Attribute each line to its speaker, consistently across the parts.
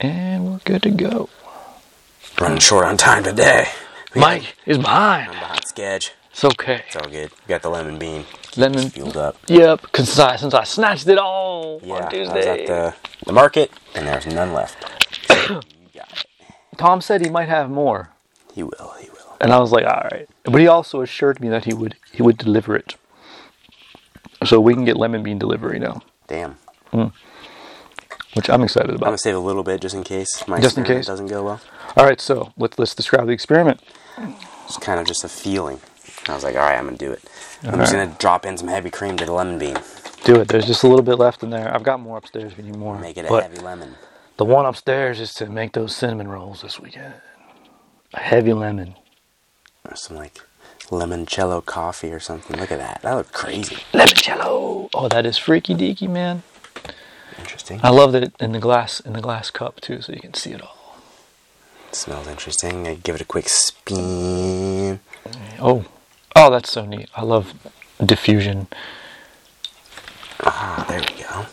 Speaker 1: And we're good to go.
Speaker 2: Running short on time today. We got-
Speaker 1: Mike is behind.
Speaker 2: I'm behind sketch.
Speaker 1: It's okay.
Speaker 2: It's all good. We got the lemon bean.
Speaker 1: Lemon.
Speaker 2: Fueled up.
Speaker 1: Yep, because since I snatched it all
Speaker 2: Yeah,
Speaker 1: on
Speaker 2: I was
Speaker 1: Tuesday.
Speaker 2: at the, the market, and there's none left. You got it.
Speaker 1: Tom said he might have more.
Speaker 2: He will. He will.
Speaker 1: And I was like, all right. But he also assured me that he would he would deliver it. So we can get lemon bean delivery now,
Speaker 2: Damn.
Speaker 1: which I'm excited
Speaker 2: I'm
Speaker 1: about.
Speaker 2: gonna save a little bit just in case my
Speaker 1: Just in
Speaker 2: experiment
Speaker 1: case.
Speaker 2: doesn't go well.
Speaker 1: All right, so let's let's describe the experiment.
Speaker 2: It's kind of just a feeling. I was like, all right, I'm gonna do it. I'm
Speaker 1: Alright.
Speaker 2: just gonna drop in some heavy cream to the lemon bean.
Speaker 1: Do it. There's just a little bit left in there. I've got more upstairs if you need more.
Speaker 2: Make it a
Speaker 1: but
Speaker 2: heavy lemon.
Speaker 1: the one upstairs is to make those cinnamon rolls this weekend. A heavy lemon.
Speaker 2: Or some like limoncello coffee or something. Look at that. That looked crazy.
Speaker 1: Limoncello. Oh, that is freaky deaky, man.
Speaker 2: Interesting.
Speaker 1: I love that it in the glass in the glass cup too, so you can see it all.
Speaker 2: smells interesting. I give it a quick spin.
Speaker 1: Oh, oh, that's so neat. I love diffusion.
Speaker 2: Ah, there we go.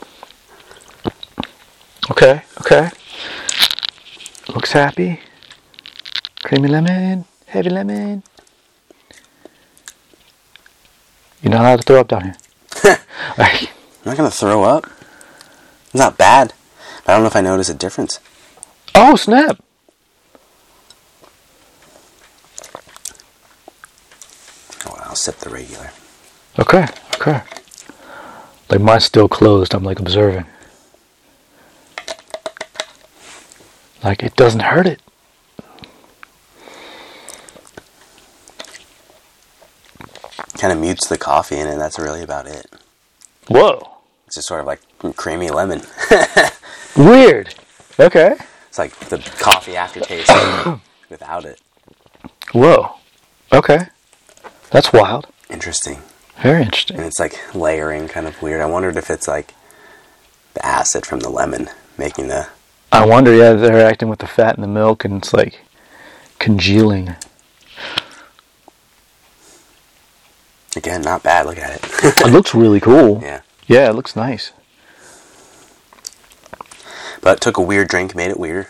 Speaker 1: Okay, okay. Looks happy. Creamy lemon, heavy lemon. You're not allowed to throw up down here. Alright.
Speaker 2: I'm not gonna throw up. It's not bad. But I don't know if I notice a difference.
Speaker 1: oh snap!
Speaker 2: Oh, well, I'll sip the regular.
Speaker 1: Okay, okay. Like mine's still closed. I'm like observing. Like it doesn't hurt it.
Speaker 2: Kind of mutes the coffee in it. That's really about it.
Speaker 1: Whoa.
Speaker 2: It's just sort of like creamy lemon.
Speaker 1: Weird. Okay.
Speaker 2: It's like the coffee aftertaste without it.
Speaker 1: Whoa. Okay. That's wild.
Speaker 2: Interesting.
Speaker 1: Very
Speaker 2: And
Speaker 1: interesting.
Speaker 2: it's like layering kind of weird. I wondered if it's like the acid from the lemon making the.
Speaker 1: I wonder, yeah, they're acting with the fat and the milk, and it's like congealing.
Speaker 2: Again, not bad. Look at it.
Speaker 1: It looks really cool.
Speaker 2: yeah.
Speaker 1: Yeah, it looks nice.
Speaker 2: But took a weird drink, made it weirder.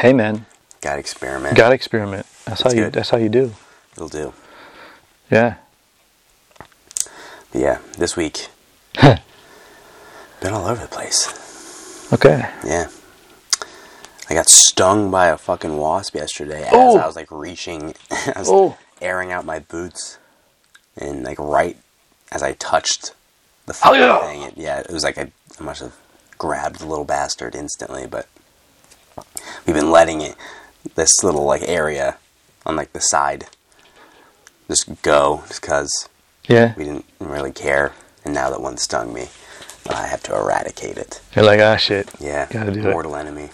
Speaker 1: Hey, man,
Speaker 2: Got to experiment.
Speaker 1: gotta experiment. That's,
Speaker 2: That's
Speaker 1: how you.
Speaker 2: good.
Speaker 1: That's how you do.
Speaker 2: It'll do.
Speaker 1: Yeah.
Speaker 2: But yeah, this week. Been all over the place.
Speaker 1: Okay.
Speaker 2: Yeah. I got stung by a fucking wasp yesterday as
Speaker 1: Oh.
Speaker 2: I was like reaching, I was
Speaker 1: Oh.
Speaker 2: airing out my boots, and like right as I touched the fucking
Speaker 1: Oh, yeah.
Speaker 2: thing, it, yeah, it was like I, I must have grabbed the little bastard instantly. But we've been letting it, this little like area on like the side, just go just because
Speaker 1: Yeah.
Speaker 2: we didn't really care. And now that one stung me, I have to eradicate it.
Speaker 1: You're like, ah, shit.
Speaker 2: Yeah,
Speaker 1: Gotta do it.
Speaker 2: mortal enemy.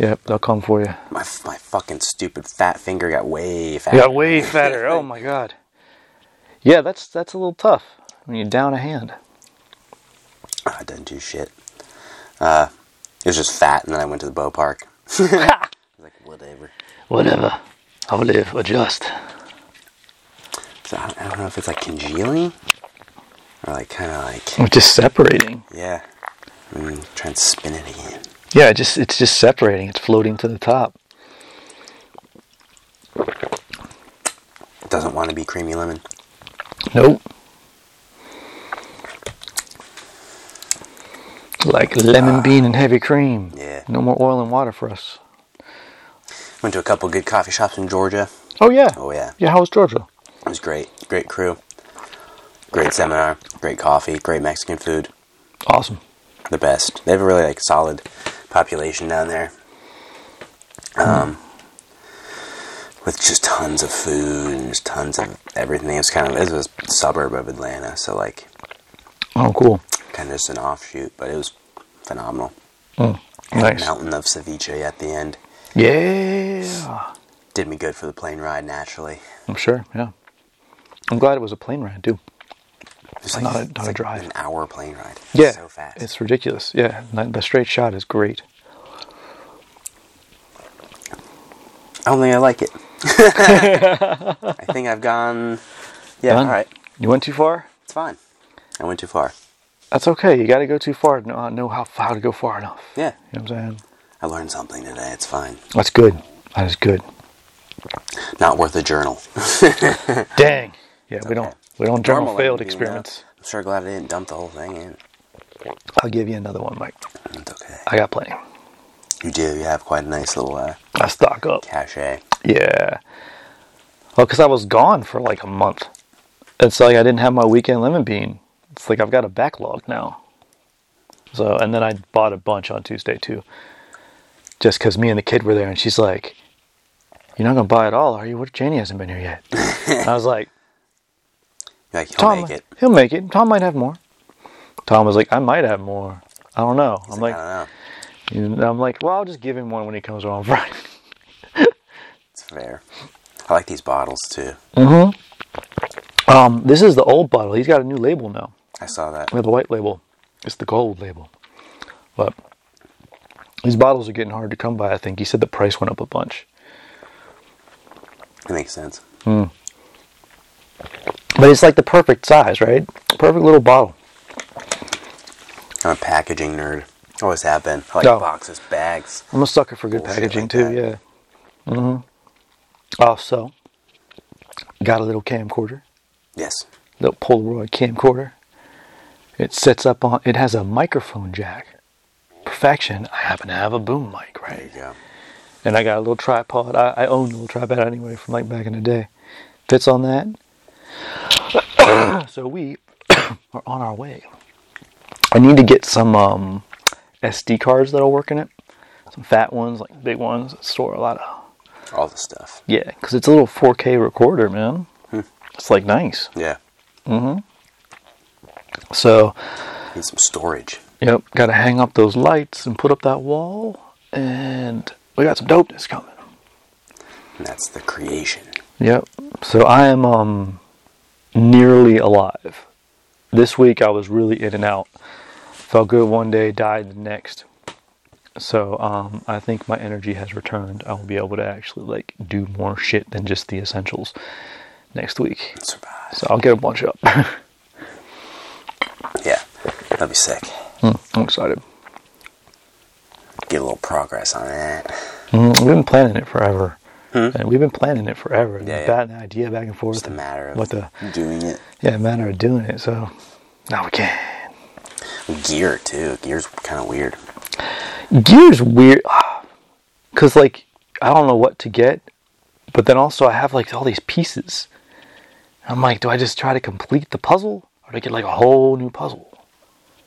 Speaker 1: Yep, they'll come for you.
Speaker 2: My, my fucking stupid fat finger got way fat.
Speaker 1: You got way fatter. Oh my god. Yeah, that's that's a little tough when you're down a hand.
Speaker 2: I didn't Ah, do shit. Uh, it was just fat, and then I went to the bow park. I was like, whatever.
Speaker 1: Whatever. I will live. Adjust.
Speaker 2: So I don't, I don't know if it's like congealing or like kind of like
Speaker 1: It's just separating.
Speaker 2: yeah. Mm, try and spin it again.
Speaker 1: Yeah, it just it's just separating. It's floating to the top.
Speaker 2: It doesn't want to be creamy lemon.
Speaker 1: Nope. Like lemon bean and heavy cream.
Speaker 2: Yeah.
Speaker 1: No more oil and water for us.
Speaker 2: Went to a couple good coffee shops in Georgia.
Speaker 1: Oh yeah.
Speaker 2: Oh yeah,
Speaker 1: Yeah, how was Georgia?
Speaker 2: it was great. Great crew. Great seminar. Great coffee. Great Mexican food.
Speaker 1: Awesome.
Speaker 2: the best. They have a really like solid population down there. Um, with just tons of food and just tons of everything. It's kind of it was a suburb of Atlanta, so like
Speaker 1: Oh cool.
Speaker 2: kind of just an offshoot, but it was phenomenal.
Speaker 1: Mm,
Speaker 2: Had a
Speaker 1: Nice.
Speaker 2: mountain of ceviche at the end
Speaker 1: Yeah.
Speaker 2: did me good for the plane ride. Naturally,
Speaker 1: I'm Oh, sure, yeah. I'm glad it was a plane ride too.
Speaker 2: it's
Speaker 1: Not a- not a drive.
Speaker 2: an hour plane ride. It's
Speaker 1: Yeah,
Speaker 2: so fast.
Speaker 1: it's ridiculous. Yeah, that- the straight shot is great.
Speaker 2: I don't think I like it. I think I've gone. Yeah,
Speaker 1: Done?
Speaker 2: all right,
Speaker 1: You went too far.
Speaker 2: it's fine. I went too far.
Speaker 1: That's okay. You got to go too far to know, know how far to go far enough.
Speaker 2: Yeah.
Speaker 1: You know what I'm saying?
Speaker 2: I learned something today. It's fine.
Speaker 1: That's good. That is good.
Speaker 2: Not worth a journal.
Speaker 1: Dang. Yeah, we don't we don't journal
Speaker 2: Normal, I
Speaker 1: failed
Speaker 2: can do now.
Speaker 1: experiments.
Speaker 2: I'm sure glad I didn't dump the whole thing in.
Speaker 1: I'll give you another one, Mike.
Speaker 2: It's okay.
Speaker 1: I got plenty.
Speaker 2: You do. You have quite a nice little uh,
Speaker 1: I stock up.
Speaker 2: cachet.
Speaker 1: Yeah. Well, because I was gone for like a month. It's like I didn't have my weekend lemon bean. It's like I've got a backlog now. So, and then I bought a bunch on Tuesday too. Just because me and the kid were there, and she's like, You're not going to buy it all, are you? What if Janie hasn't been here yet? and I was like,
Speaker 2: You're like, he'll
Speaker 1: Tom,
Speaker 2: make it.
Speaker 1: he'll make it. Tom might have more. Tom was like, I might have more. I don't know. I'm
Speaker 2: Like,
Speaker 1: like,
Speaker 2: I don't know.
Speaker 1: and I'm like, well, I'll just give him one when he comes around Friday.
Speaker 2: It's fair. I like these bottles too.
Speaker 1: Um, this is the old bottle. He's got a new label now.
Speaker 2: I saw that.
Speaker 1: We have the white label. It's the gold label. But these bottles are getting hard to come by, I think. He said the price went up a bunch.
Speaker 2: It makes sense.
Speaker 1: But it's like the perfect size, right? Perfect little bottle.
Speaker 2: I'm a packaging nerd. Always have been. I like
Speaker 1: No.
Speaker 2: boxes, bags.
Speaker 1: I'm a sucker for good
Speaker 2: Bullshit
Speaker 1: packaging,
Speaker 2: like
Speaker 1: too,
Speaker 2: that.
Speaker 1: yeah. hmm Also, got a little camcorder,
Speaker 2: Yes.
Speaker 1: little Polaroid camcorder. It sits up on, it has a microphone jack. Perfection. I happen to have a boom mic, right?
Speaker 2: There you go.
Speaker 1: and I got a little tripod. I, I own a little tripod anyway from like back in the day. Fits on that. so we are on our way. I need to get some um, SD cards that'll work in it. Some fat ones, like big ones that store a lot of.
Speaker 2: All the stuff.
Speaker 1: Yeah, because it's a little 4K recorder, man. It's like nice.
Speaker 2: Yeah.
Speaker 1: So,
Speaker 2: Need some storage.
Speaker 1: yep, got to hang up those lights and put up that wall. And we got some dopeness coming.
Speaker 2: And that's the creation.
Speaker 1: Yep. So I am um nearly alive. This week I was really in and out. Felt good one day, died the next. So um I think my energy has returned. I will be able to actually like do more shit than just the essentials next week.
Speaker 2: Survive.
Speaker 1: So I'll get a bunch up.
Speaker 2: Yeah. That'd be sick.
Speaker 1: Hmm, I'm excited.
Speaker 2: Get a little progress on that.
Speaker 1: Mm, We've been planning it forever. And we've been planning it forever.
Speaker 2: Hmm? Yeah, yeah.
Speaker 1: batting the idea back and forth.
Speaker 2: Just a matter of
Speaker 1: What the-
Speaker 2: doing it.
Speaker 1: yeah, matter of doing it. So now we can.
Speaker 2: Gear too. Gear's kind of weird.
Speaker 1: gear's weird because like i don't know what to get but then also i have like all these pieces i'm like do i just try to complete the puzzle or do i get like a whole new puzzle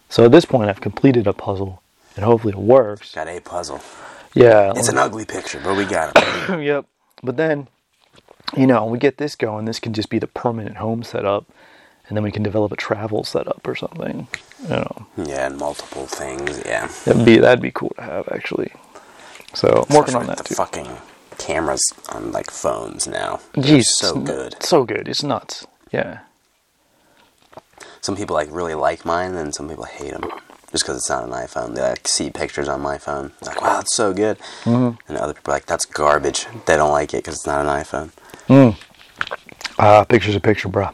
Speaker 1: so at this point i've completed a puzzle and hopefully it works
Speaker 2: Got a puzzle.
Speaker 1: yeah
Speaker 2: It's an ugly picture, but we got it.
Speaker 1: yep but then you know we get this going this can just be the permanent home setup and then we can develop a travel setup or something you know
Speaker 2: yeah, and multiple things. Yeah.
Speaker 1: that'd be that'd be cool to have actually so i'm working
Speaker 2: Especially
Speaker 1: on that
Speaker 2: with The
Speaker 1: too
Speaker 2: fucking cameras on like phones now. They're
Speaker 1: Jeez,
Speaker 2: so
Speaker 1: it's
Speaker 2: good.
Speaker 1: n- So good. It's nuts. Yeah.
Speaker 2: Some people like really like mine, and some people hate them just because it's not an iPhone. They like see pictures on my phone, like wow, it's so good,
Speaker 1: Mm-hmm.
Speaker 2: and other people are like that's garbage. They don't like it because it's not an iPhone.
Speaker 1: Uh, picture's a picture, bruh.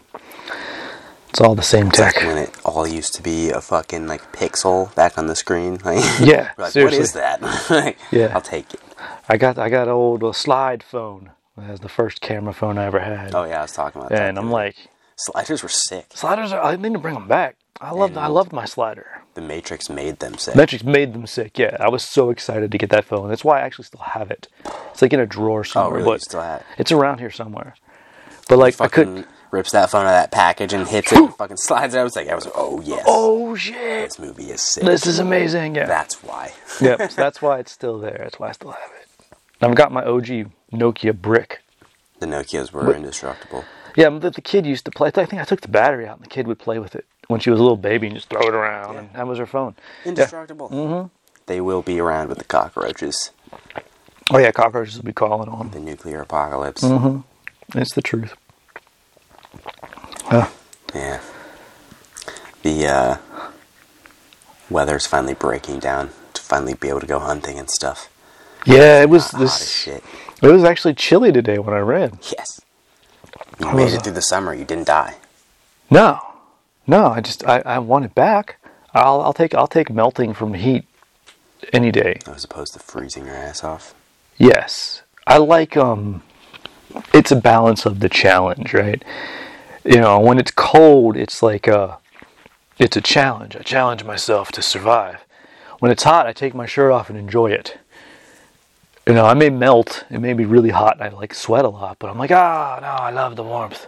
Speaker 1: It's all the same tech.
Speaker 2: When it all used to be a fucking like pixel back on the screen, like
Speaker 1: Yeah,
Speaker 2: we're like,
Speaker 1: seriously.
Speaker 2: what is that? like,
Speaker 1: Yeah.
Speaker 2: I'll take it.
Speaker 1: I got I got an old uh, slide phone. That was the first camera phone I ever had.
Speaker 2: Oh yeah, I was talking about that.
Speaker 1: and I'm
Speaker 2: dude.
Speaker 1: like,
Speaker 2: sliders were sick.
Speaker 1: sliders are. I need to bring them back. I loved I loved my slider.
Speaker 2: The Matrix made them sick.
Speaker 1: Metrics made them sick. Yeah, I was so excited to get that phone. That's why I actually still have it. It's like in a drawer somewhere,
Speaker 2: Oh, really? You
Speaker 1: but
Speaker 2: still have it?
Speaker 1: it's around here somewhere. But like I
Speaker 2: fucking
Speaker 1: could.
Speaker 2: rips that phone out of that package and hits it, and fucking slides it. I was like, I was like, oh yes,
Speaker 1: Oh shit!
Speaker 2: this movie is sick.
Speaker 1: This is amazing. Yeah.
Speaker 2: That's why.
Speaker 1: yep, so that's why it's still there. That's why I still have it. And I've got my OG Nokia brick.
Speaker 2: The Nokias were indestructible.
Speaker 1: Yeah, the, the kid used to play. I think I took the battery out, and the kid would play with it when she was a little baby and just throw it around, and that was her phone.
Speaker 2: Indestructible. Mm-hmm. They will be around with the cockroaches,
Speaker 1: Oh yeah, cockroaches will be calling on.
Speaker 2: the nuclear apocalypse.
Speaker 1: Mm-hmm. It's the truth. Uh,
Speaker 2: Yeah. The uh, weather's finally breaking down to finally be able to go hunting and stuff.
Speaker 1: yeah, it was
Speaker 2: Hot as
Speaker 1: this.
Speaker 2: shit.
Speaker 1: It was actually chilly today when I ran.
Speaker 2: Yes. You made
Speaker 1: was, uh,
Speaker 2: it through the summer. You didn't die.
Speaker 1: No, no, I just I, I want it back. I'll I'll take I'll take melting from heat any day.
Speaker 2: as opposed to freezing your ass off.
Speaker 1: Yes. I like um it's a balance of the challenge, right? You know, when it's cold, it's like uh it's a challenge. I challenge myself to survive. When it's hot, I take my shirt off and enjoy it. You know, I may melt, it may be really hot and I like sweat a lot, but I'm like, ah no, I love the warmth.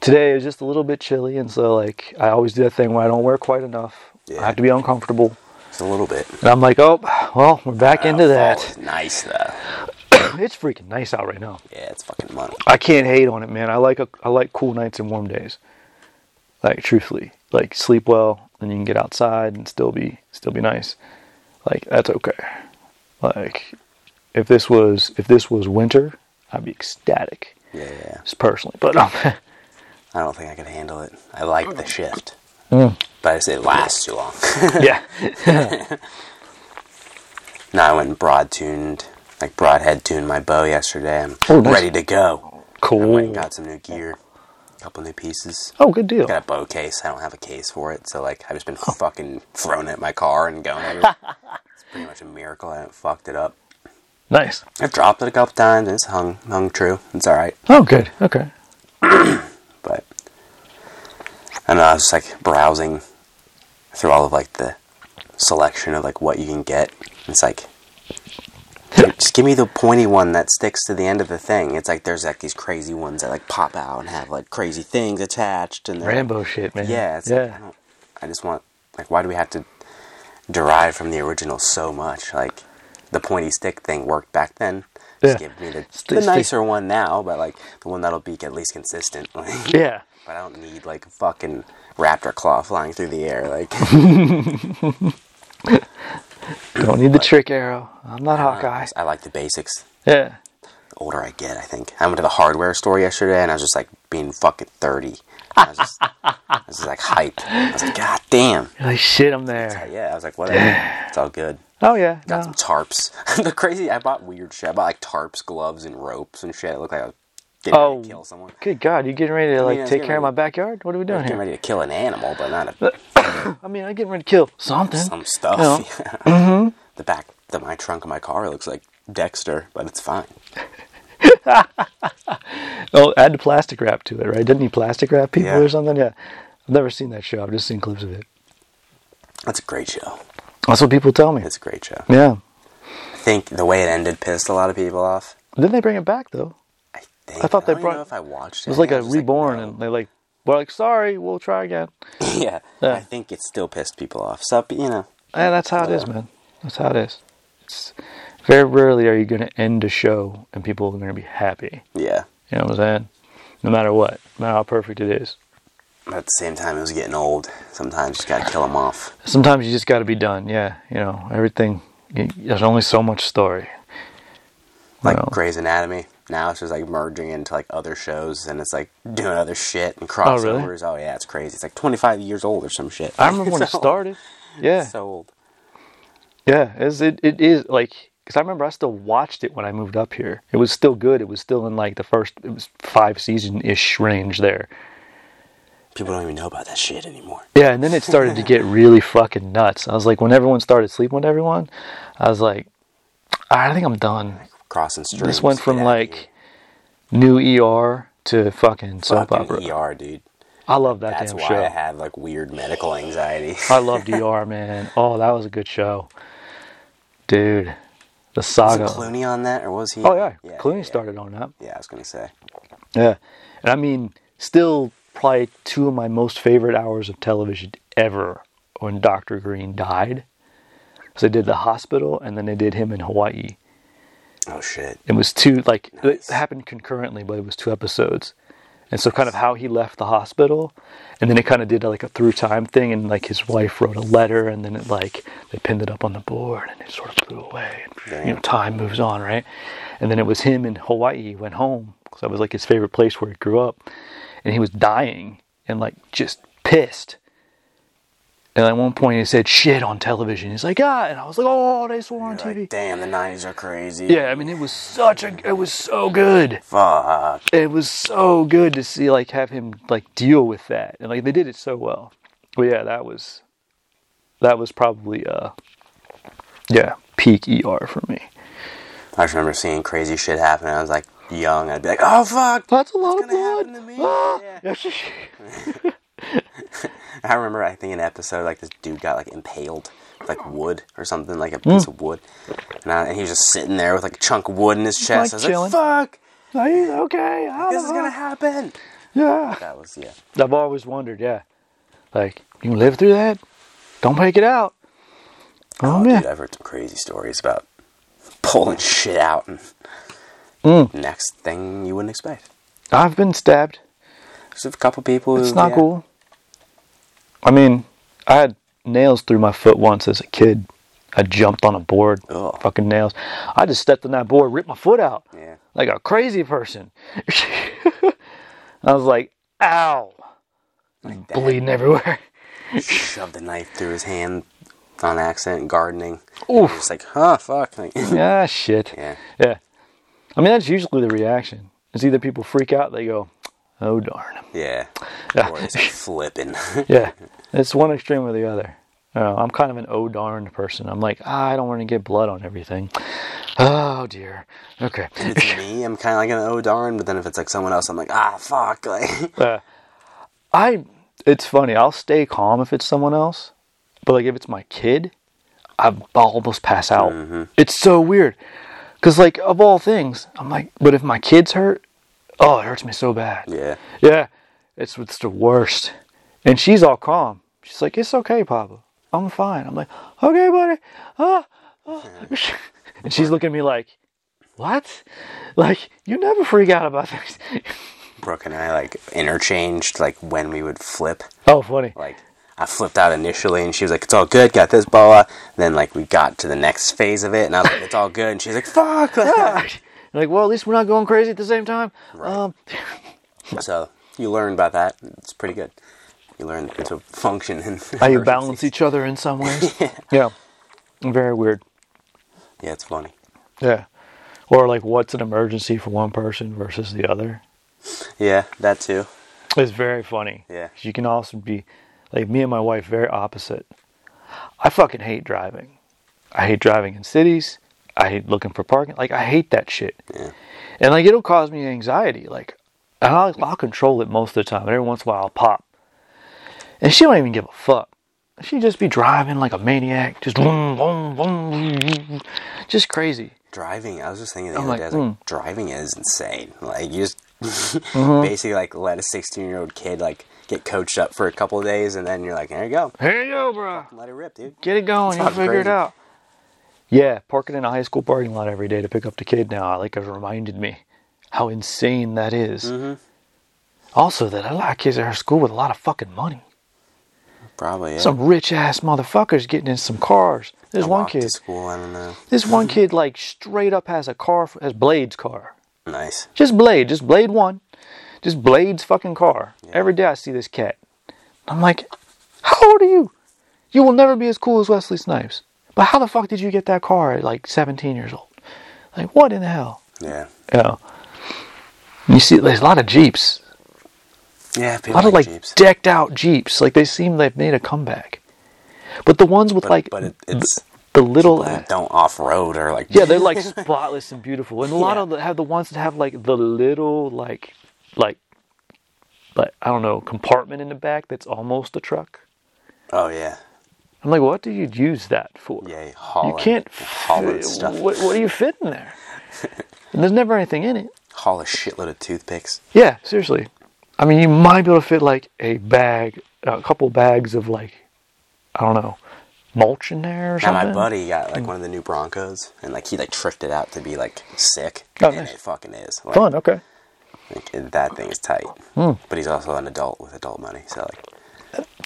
Speaker 1: Today it was just a little bit chilly and so like I always do that thing where I don't wear quite enough.
Speaker 2: Yeah.
Speaker 1: I have to be uncomfortable.
Speaker 2: Just a little bit. Oh,
Speaker 1: And I'm like, oh well, we're back into that.
Speaker 2: It's nice though.
Speaker 1: It's freaking nice out right now.
Speaker 2: Yeah, it's fucking money.
Speaker 1: I can't hate on it, man. I like a, I like cool nights and warm days. Like truthfully, like sleep well, and you can get outside and still be still be nice. Like that's okay. Like if this was if this was winter, I'd be ecstatic,
Speaker 2: Yeah, yeah.
Speaker 1: just personally. But um,
Speaker 2: I don't think I could handle it. I like
Speaker 1: Mm.
Speaker 2: the shift, but I just, it lasts too long.
Speaker 1: yeah,
Speaker 2: no, I went and broad tuned, like broadhead tuned my bow yesterday. I'm
Speaker 1: Oh, nice.
Speaker 2: ready to go. I went
Speaker 1: cool.
Speaker 2: and got some new gear, a couple new pieces.
Speaker 1: Oh, good deal.
Speaker 2: Got a bow case. I don't have a case for it, so like I've just been fucking throwing it at my car and going. everywhere. it's pretty much a miracle I haven't fucked it up.
Speaker 1: Nice.
Speaker 2: I've dropped it a couple times and it's hung hung true. It's all right.
Speaker 1: Oh, good. Okay.
Speaker 2: but I don't know. I was just like browsing through all of like the selection of like what you can get. It's like dude, just give me the pointy one that sticks to the end of the thing. It's like there's like these crazy ones that like pop out and have like crazy things attached and they're-
Speaker 1: Rambo shit, man.
Speaker 2: Yeah, it's Like, I,
Speaker 1: yeah.
Speaker 2: don't, I just want like why do we have to derive from the original so much? Like the pointy stick thing worked back then. Just
Speaker 1: Yeah.
Speaker 2: give me the,
Speaker 1: Stick-
Speaker 2: the
Speaker 1: stick-
Speaker 2: nicer one now, but like the one that'll be at least consistent. Like,
Speaker 1: yeah.
Speaker 2: but I don't need like a fucking raptor claw flying through the air. Like
Speaker 1: Don't need the trick arrow. I'm not Hawkeye.
Speaker 2: I like the basics.
Speaker 1: Yeah.
Speaker 2: The older I get, I think. I went to the hardware store yesterday and I was just like being fucking thirty. I was just, I was just like hyped. I was like, God damn.
Speaker 1: You're like shit. I'm there.
Speaker 2: Yeah, I was like, whatever. It's all good.
Speaker 1: Oh yeah.
Speaker 2: Got
Speaker 1: no.
Speaker 2: some tarps. the crazy I bought weird shit. I bought like tarps, gloves, and ropes and shit. It looked like I was getting ready
Speaker 1: Oh.
Speaker 2: to kill someone.
Speaker 1: Good God, you getting ready to like
Speaker 2: I was
Speaker 1: take
Speaker 2: getting
Speaker 1: care of my
Speaker 2: ready-
Speaker 1: backyard? What are we doing
Speaker 2: Getting
Speaker 1: here?
Speaker 2: ready to kill an animal, but not a
Speaker 1: I mean, I'm getting ready to kill something.
Speaker 2: some stuff.
Speaker 1: No. Mm-hmm.
Speaker 2: Yeah. The back of my trunk of my car looks like Dexter, but it's fine.
Speaker 1: Oh, add the plastic wrap to it, right? Didn't he plastic wrap people
Speaker 2: Yeah.
Speaker 1: or something? Yeah, I've never seen that show. I've just seen clips of it.
Speaker 2: That's a great show.
Speaker 1: That's what people tell me.
Speaker 2: It's a great show.
Speaker 1: yeah.
Speaker 2: I think the way it ended pissed a lot of people off.
Speaker 1: Didn't they bring it back though?
Speaker 2: I think.
Speaker 1: I thought they
Speaker 2: don't even
Speaker 1: brought-
Speaker 2: know if I watched
Speaker 1: It
Speaker 2: it.
Speaker 1: was
Speaker 2: I
Speaker 1: like
Speaker 2: think I
Speaker 1: a
Speaker 2: was just
Speaker 1: reborn,
Speaker 2: no.
Speaker 1: and they like we're like, sorry, we'll try again.
Speaker 2: yeah,
Speaker 1: Yeah.
Speaker 2: I think it still pissed people off. So you know,
Speaker 1: And that's how it is,
Speaker 2: Yeah.
Speaker 1: man. That's how it is. It's very rarely are you going to end a show and people are going to be happy.
Speaker 2: yeah.
Speaker 1: You know what I'm saying? No matter what, no matter how perfect it is.
Speaker 2: But at the same time, it was getting old. Sometimes you just gotta kill them off.
Speaker 1: sometimes you just got to be done. Yeah, you know, everything. y there's only so much story.
Speaker 2: Like
Speaker 1: Well.
Speaker 2: Grey's Anatomy. Now it's just like merging into like other shows, and it's like doing other shit and crossovers. Oh, yeah, it's crazy. It's like 25 years old or some shit.
Speaker 1: I remember when it
Speaker 2: So-
Speaker 1: started. Yeah,
Speaker 2: So old.
Speaker 1: yeah. It's, it it is like because I remember I still watched it when I moved up here. It was still good. It was still in like the first. It was five season ish range there.
Speaker 2: People don't even know about that shit anymore.
Speaker 1: Yeah, and then it started to get really fucking nuts. I was like, when everyone started sleeping with everyone, I was like, I think I'm done.
Speaker 2: Crossing streams.
Speaker 1: This went
Speaker 2: get
Speaker 1: from
Speaker 2: outta
Speaker 1: like new ER to fucking
Speaker 2: here.
Speaker 1: soap opera.
Speaker 2: fucking ER, dude.
Speaker 1: I love that
Speaker 2: That's
Speaker 1: damn
Speaker 2: why
Speaker 1: show.
Speaker 2: I have like weird medical anxiety.
Speaker 1: I loved ER, man. Oh, that was a good show, dude. The
Speaker 2: Was
Speaker 1: saga.
Speaker 2: Clooney on that, or was he?
Speaker 1: Oh yeah, Clooney
Speaker 2: yeah.
Speaker 1: started on that.
Speaker 2: Yeah, I was gonna say.
Speaker 1: Yeah, and I mean, still probably two of my most favorite hours of television ever when Doctor Green died. So they did the hospital, and then they did him in Hawaii.
Speaker 2: Oh shit.
Speaker 1: It was two like
Speaker 2: Nice.
Speaker 1: it happened concurrently, but it was two episodes. And so kind of how he left the hospital and then it kind of did like a through time thing and like his wife wrote a letter and then it like they pinned it up on the board and it sort of flew away and you know
Speaker 2: Damn.
Speaker 1: time moves on, right? And then it was him in Hawaii he went home cuz that was like his favorite place where he grew up and he was dying and like just pissed. And at one point he said shit on television. He's like, "Ah." And I was like, "Oh, they swore on
Speaker 2: You're
Speaker 1: TV."
Speaker 2: like, damn, the '90s are crazy.
Speaker 1: Yeah, I mean, it was such a, it was so good.
Speaker 2: Fuck.
Speaker 1: It was so good to see, like, have him, like, deal with that. And, like, they did it so well. But yeah, that was, that was probably, uh, Yeah, peak ER for me.
Speaker 2: I just remember seeing crazy shit happen. I was like young. I'd be like, oh fuck.
Speaker 1: That's a lot
Speaker 2: It's
Speaker 1: of
Speaker 2: gonna
Speaker 1: blood.
Speaker 2: happen to me,
Speaker 1: Ah!
Speaker 2: yeah. I remember I think in an episode like this dude got like impaled with, like wood or something like a
Speaker 1: Hmm.
Speaker 2: piece of wood, and, I, and he was just sitting there with like a chunk of wood in his
Speaker 1: like,
Speaker 2: chest. I was
Speaker 1: chilling. Uh-huh.
Speaker 2: like, fuck,
Speaker 1: Are you okay? I
Speaker 2: this
Speaker 1: don't
Speaker 2: is gonna
Speaker 1: know.
Speaker 2: happen.
Speaker 1: Yeah.
Speaker 2: That was yeah.
Speaker 1: I've always wondered, yeah. Like, you can live through that? Don't make it out. Oh,
Speaker 2: Oh,
Speaker 1: yeah.
Speaker 2: dude, I've heard some crazy stories about pulling shit out and
Speaker 1: Mm.
Speaker 2: next thing you wouldn't expect.
Speaker 1: I've been stabbed.
Speaker 2: There's a couple people who
Speaker 1: It's not
Speaker 2: yeah,
Speaker 1: cool. I mean, I had nails through my foot once as a kid. I jumped on a board,
Speaker 2: Ugh.
Speaker 1: fucking nails. I just stepped on that board, ripped my foot out
Speaker 2: Yeah.
Speaker 1: like a crazy person. I was like, ow,
Speaker 2: Like that.
Speaker 1: bleeding everywhere.
Speaker 2: shoved a knife through his hand on accident, gardening.
Speaker 1: Oof.
Speaker 2: It's like, huh, fuck. Like,
Speaker 1: ah, shit.
Speaker 2: yeah.
Speaker 1: Yeah. I mean, that's usually the reaction. It's either people freak out, they go, oh, darn.
Speaker 2: Yeah. Or it's flipping.
Speaker 1: Yeah. It's one extreme or the other. Uh, I'm kind of an oh darn person. I'm like, ah, I don't want to get blood on everything. Oh, dear. Okay.
Speaker 2: if it's me, I'm kind of like an oh darn, but then if it's like someone else, I'm like, ah, fuck. Like,
Speaker 1: I, it's funny. I'll stay calm if it's someone else, but like if it's my kid, I almost pass out. It's so weird. Cause like of all things, I'm like, but if my kid's hurt, oh, it hurts me so bad.
Speaker 2: yeah.
Speaker 1: Yeah, it's it's the worst. And she's all calm. She's like, "It's okay, Papa. I'm fine." I'm like, "Okay, buddy." Ah, ah." and she's looking at me like, "What? Like you never freak out about things?"
Speaker 2: Brooke and I like interchanged like when we would flip.
Speaker 1: oh, funny.
Speaker 2: Like, I flipped out initially, and she was like, it's all good, got this blah. blah. Then like we got to the next phase of it, and I was like, it's all good, and she's like, fuck.
Speaker 1: Ah. like, well, at least we're not going crazy at the same time. Um,
Speaker 2: so you learn about that. It's pretty good. You learn to function and
Speaker 1: how you balance each other in some ways. yeah, very weird.
Speaker 2: Yeah, it's funny.
Speaker 1: Yeah, or like, what's an emergency for one person versus the other?
Speaker 2: Yeah, that too.
Speaker 1: It's very funny.
Speaker 2: Yeah.
Speaker 1: 'Cause You can also be like me and my wife, very opposite. I fucking hate driving. I hate driving in cities. I hate looking for parking. Like I hate that shit.
Speaker 2: Yeah.
Speaker 1: And like it'll cause me anxiety. Like and I'll, I'll control it most of the time. And every once in a while I'll pop. And she don't even give a fuck. She just be driving like a maniac, just vroom, vroom, vroom, vroom, just crazy.
Speaker 2: Driving, I was just thinking the
Speaker 1: I'm
Speaker 2: other
Speaker 1: like, hmm.
Speaker 2: day, I was like, driving is insane. Like, you just
Speaker 1: Mm-hmm.
Speaker 2: basically, like, let a 16-year-old kid, like, get coached up for a couple of days, and then you're like, there you go.
Speaker 1: Here you go, bro.
Speaker 2: Let it rip, dude.
Speaker 1: Get it going. You'll
Speaker 2: not
Speaker 1: figure it
Speaker 2: crazy.
Speaker 1: out. Yeah, parking in a high school parking lot every day to pick up the kid now, like, has reminded me how insane that is. Also, that a lot of kids at our school with a lot of fucking money.
Speaker 2: Probably, yeah.
Speaker 1: Some rich ass motherfuckers getting in some cars. There's
Speaker 2: I
Speaker 1: one
Speaker 2: walked to
Speaker 1: kid.
Speaker 2: school, I don't know.
Speaker 1: This one kid, like, straight up has a car, f- has Blade's car.
Speaker 2: Nice.
Speaker 1: Just Blade, just Blade one, just Blade's fucking car. Every day I see this cat. I'm like, how old are you? You will never be as cool as Wesley Snipes. But how the fuck did you get that car at like 17 years old? Like, what in the hell?
Speaker 2: Yeah.
Speaker 1: Yeah. You see, there's a lot of Jeeps,
Speaker 2: Yeah,
Speaker 1: a
Speaker 2: people
Speaker 1: lot of
Speaker 2: like,
Speaker 1: like
Speaker 2: Jeeps.
Speaker 1: decked out Jeeps. Like they seem they've made a comeback. But the ones with
Speaker 2: But,
Speaker 1: like
Speaker 2: but it, it's,
Speaker 1: the little
Speaker 2: they don't off-road or, like,
Speaker 1: Yeah, they're like spotless and beautiful, and a lot
Speaker 2: Yeah.
Speaker 1: of the, have the ones that have like the little like, like, like I don't know compartment in the back that's almost a truck.
Speaker 2: oh, yeah.
Speaker 1: I'm like, what do you use that for?
Speaker 2: Yeah, hauling.
Speaker 1: you can't
Speaker 2: hauling
Speaker 1: fit-
Speaker 2: stuff.
Speaker 1: What, what do you fit in there? and there's never anything in it.
Speaker 2: Haul a shitload of toothpicks.
Speaker 1: Yeah, seriously. I mean, you might be able to fit like a bag, a couple bags of like, I don't know, mulch in Mm. there or
Speaker 2: Now
Speaker 1: something.
Speaker 2: my buddy got like one of the new Broncos, and like he like tricked it out to be like sick,
Speaker 1: Oh,
Speaker 2: and
Speaker 1: nice.
Speaker 2: it fucking is. Like,
Speaker 1: Fun. Mm. Okay.
Speaker 2: like, it- that thing is tight. But he's also an adult with adult money, so like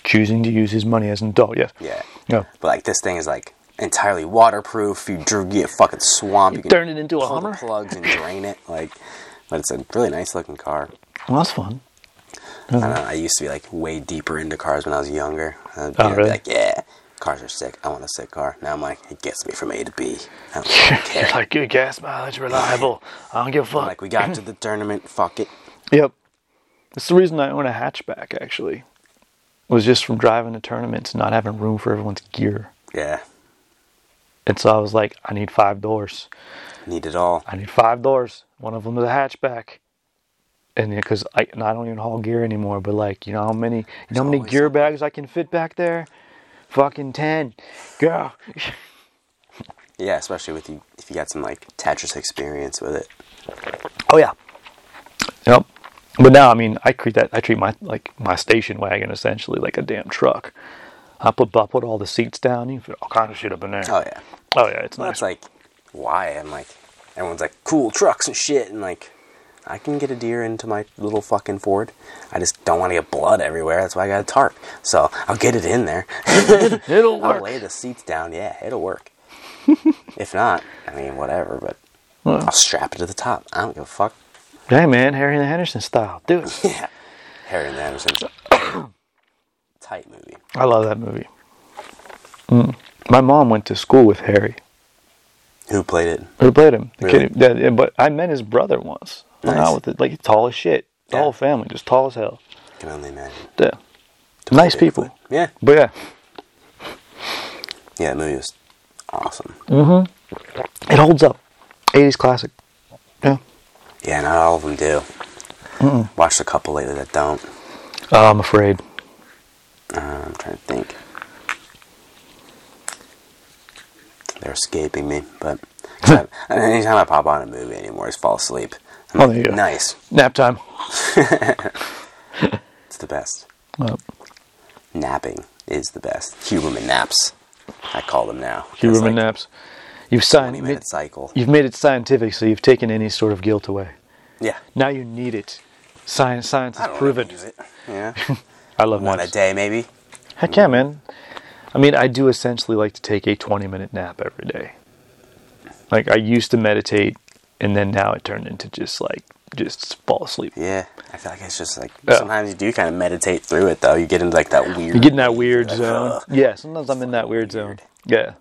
Speaker 1: Choosing to use his money as an adult. Yes.
Speaker 2: yeah.
Speaker 1: Yeah.
Speaker 2: But like this thing is like entirely waterproof. You drew you get a fucking swamp. You, can
Speaker 1: Turn it into a
Speaker 2: pull the
Speaker 1: Hummer.
Speaker 2: plugs and drain it. Like, but it's a really nice looking car.
Speaker 1: Well, that's fun. Mm-hmm.
Speaker 2: I don't know. I used to be like way deeper into cars when I was younger. I'd
Speaker 1: Oh,
Speaker 2: be
Speaker 1: really?
Speaker 2: like, yeah, cars are sick. I want a sick car. Now I'm like, it gets me from A to B. I don't fucking care.
Speaker 1: It's like good gas mileage, reliable. I don't give a fuck.
Speaker 2: like we got to the tournament. Fuck it.
Speaker 1: yep. That's the reason I own a hatchback. Actually, was just from driving to tournaments and not having room for everyone's gear.
Speaker 2: Yeah.
Speaker 1: And so I was like, I need five doors.
Speaker 2: Need it all.
Speaker 1: I need five doors. One of them is a hatchback. And because I, and I don't even haul gear anymore, but like, you know how many, you know how many
Speaker 2: always
Speaker 1: gear bags I can fit back there? Fucking 10. Go.
Speaker 2: Yeah, especially with you if you got some like Tetris experience with it.
Speaker 1: Oh yeah. Yep. But now, I mean, I treat that I treat my like my station wagon essentially like a damn truck. I put I put all the seats down. You can fit all kinds of shit up in there.
Speaker 2: Oh yeah.
Speaker 1: Oh yeah, it's nice.
Speaker 2: That's like why I'm like everyone's like cool trucks and shit and like I can get a deer into my little fucking Ford. I just don't want to get blood everywhere. That's why I got a tarp. So I'll get it in there.
Speaker 1: It'll
Speaker 2: I'll
Speaker 1: work.
Speaker 2: lay the seats down. Yeah, it'll work. if not, I mean, whatever. But
Speaker 1: Well,
Speaker 2: I'll strap it to the top. I don't give a fuck.
Speaker 1: hey man, Harry and the Henderson style. Do it.
Speaker 2: Yeah. Harry and the Hendersons. Tight movie.
Speaker 1: I love that movie. Mm. My mom went to school with Harry.
Speaker 2: Who played it?
Speaker 1: Who played him? The
Speaker 2: Really?
Speaker 1: kid. Yeah, yeah, but I met his brother once. Hung
Speaker 2: Nice.
Speaker 1: out with it. Like tall as shit. The
Speaker 2: Yeah.
Speaker 1: whole family just tall as hell.
Speaker 2: Can only imagine.
Speaker 1: Yeah. Nice people.
Speaker 2: Yeah.
Speaker 1: But yeah,
Speaker 2: Yeah, that movie was awesome.
Speaker 1: Mm. it holds up. 80s classic. Yeah.
Speaker 2: Yeah, not all of them do. Watched a couple lately that don't.
Speaker 1: Oh, I'm afraid.
Speaker 2: Uh, I'm trying to think. They're escaping me, but 'cause I, anytime I pop on a movie anymore, I just fall asleep. I'm
Speaker 1: Oh,
Speaker 2: like,
Speaker 1: there you go.
Speaker 2: nice.
Speaker 1: Nap time.
Speaker 2: It's the best.
Speaker 1: Uh,
Speaker 2: Napping is the best. Huberman naps, I call them now.
Speaker 1: Huberman
Speaker 2: It's like
Speaker 1: naps. You've
Speaker 2: 20
Speaker 1: signed.
Speaker 2: minute cycle.
Speaker 1: You've made it scientific, so you've taken any sort of guilt away.
Speaker 2: Yeah.
Speaker 1: Now you need it. Science, science
Speaker 2: I
Speaker 1: has
Speaker 2: don't
Speaker 1: proven.
Speaker 2: use it. Yeah.
Speaker 1: I love
Speaker 2: One a
Speaker 1: naps.
Speaker 2: day, maybe.
Speaker 1: Heck yeah, man. I mean, I do essentially like to take a 20 minute nap every day. Like I used to meditate, and then now it turned into just like just fall asleep.
Speaker 2: Yeah. I feel like it's just like
Speaker 1: Yeah.
Speaker 2: sometimes you do kind of meditate through it, though. You get into like that weird.
Speaker 1: You get in that weird zone.
Speaker 2: Ugh.
Speaker 1: Yeah, sometimes I'm in that weird zone. Yeah.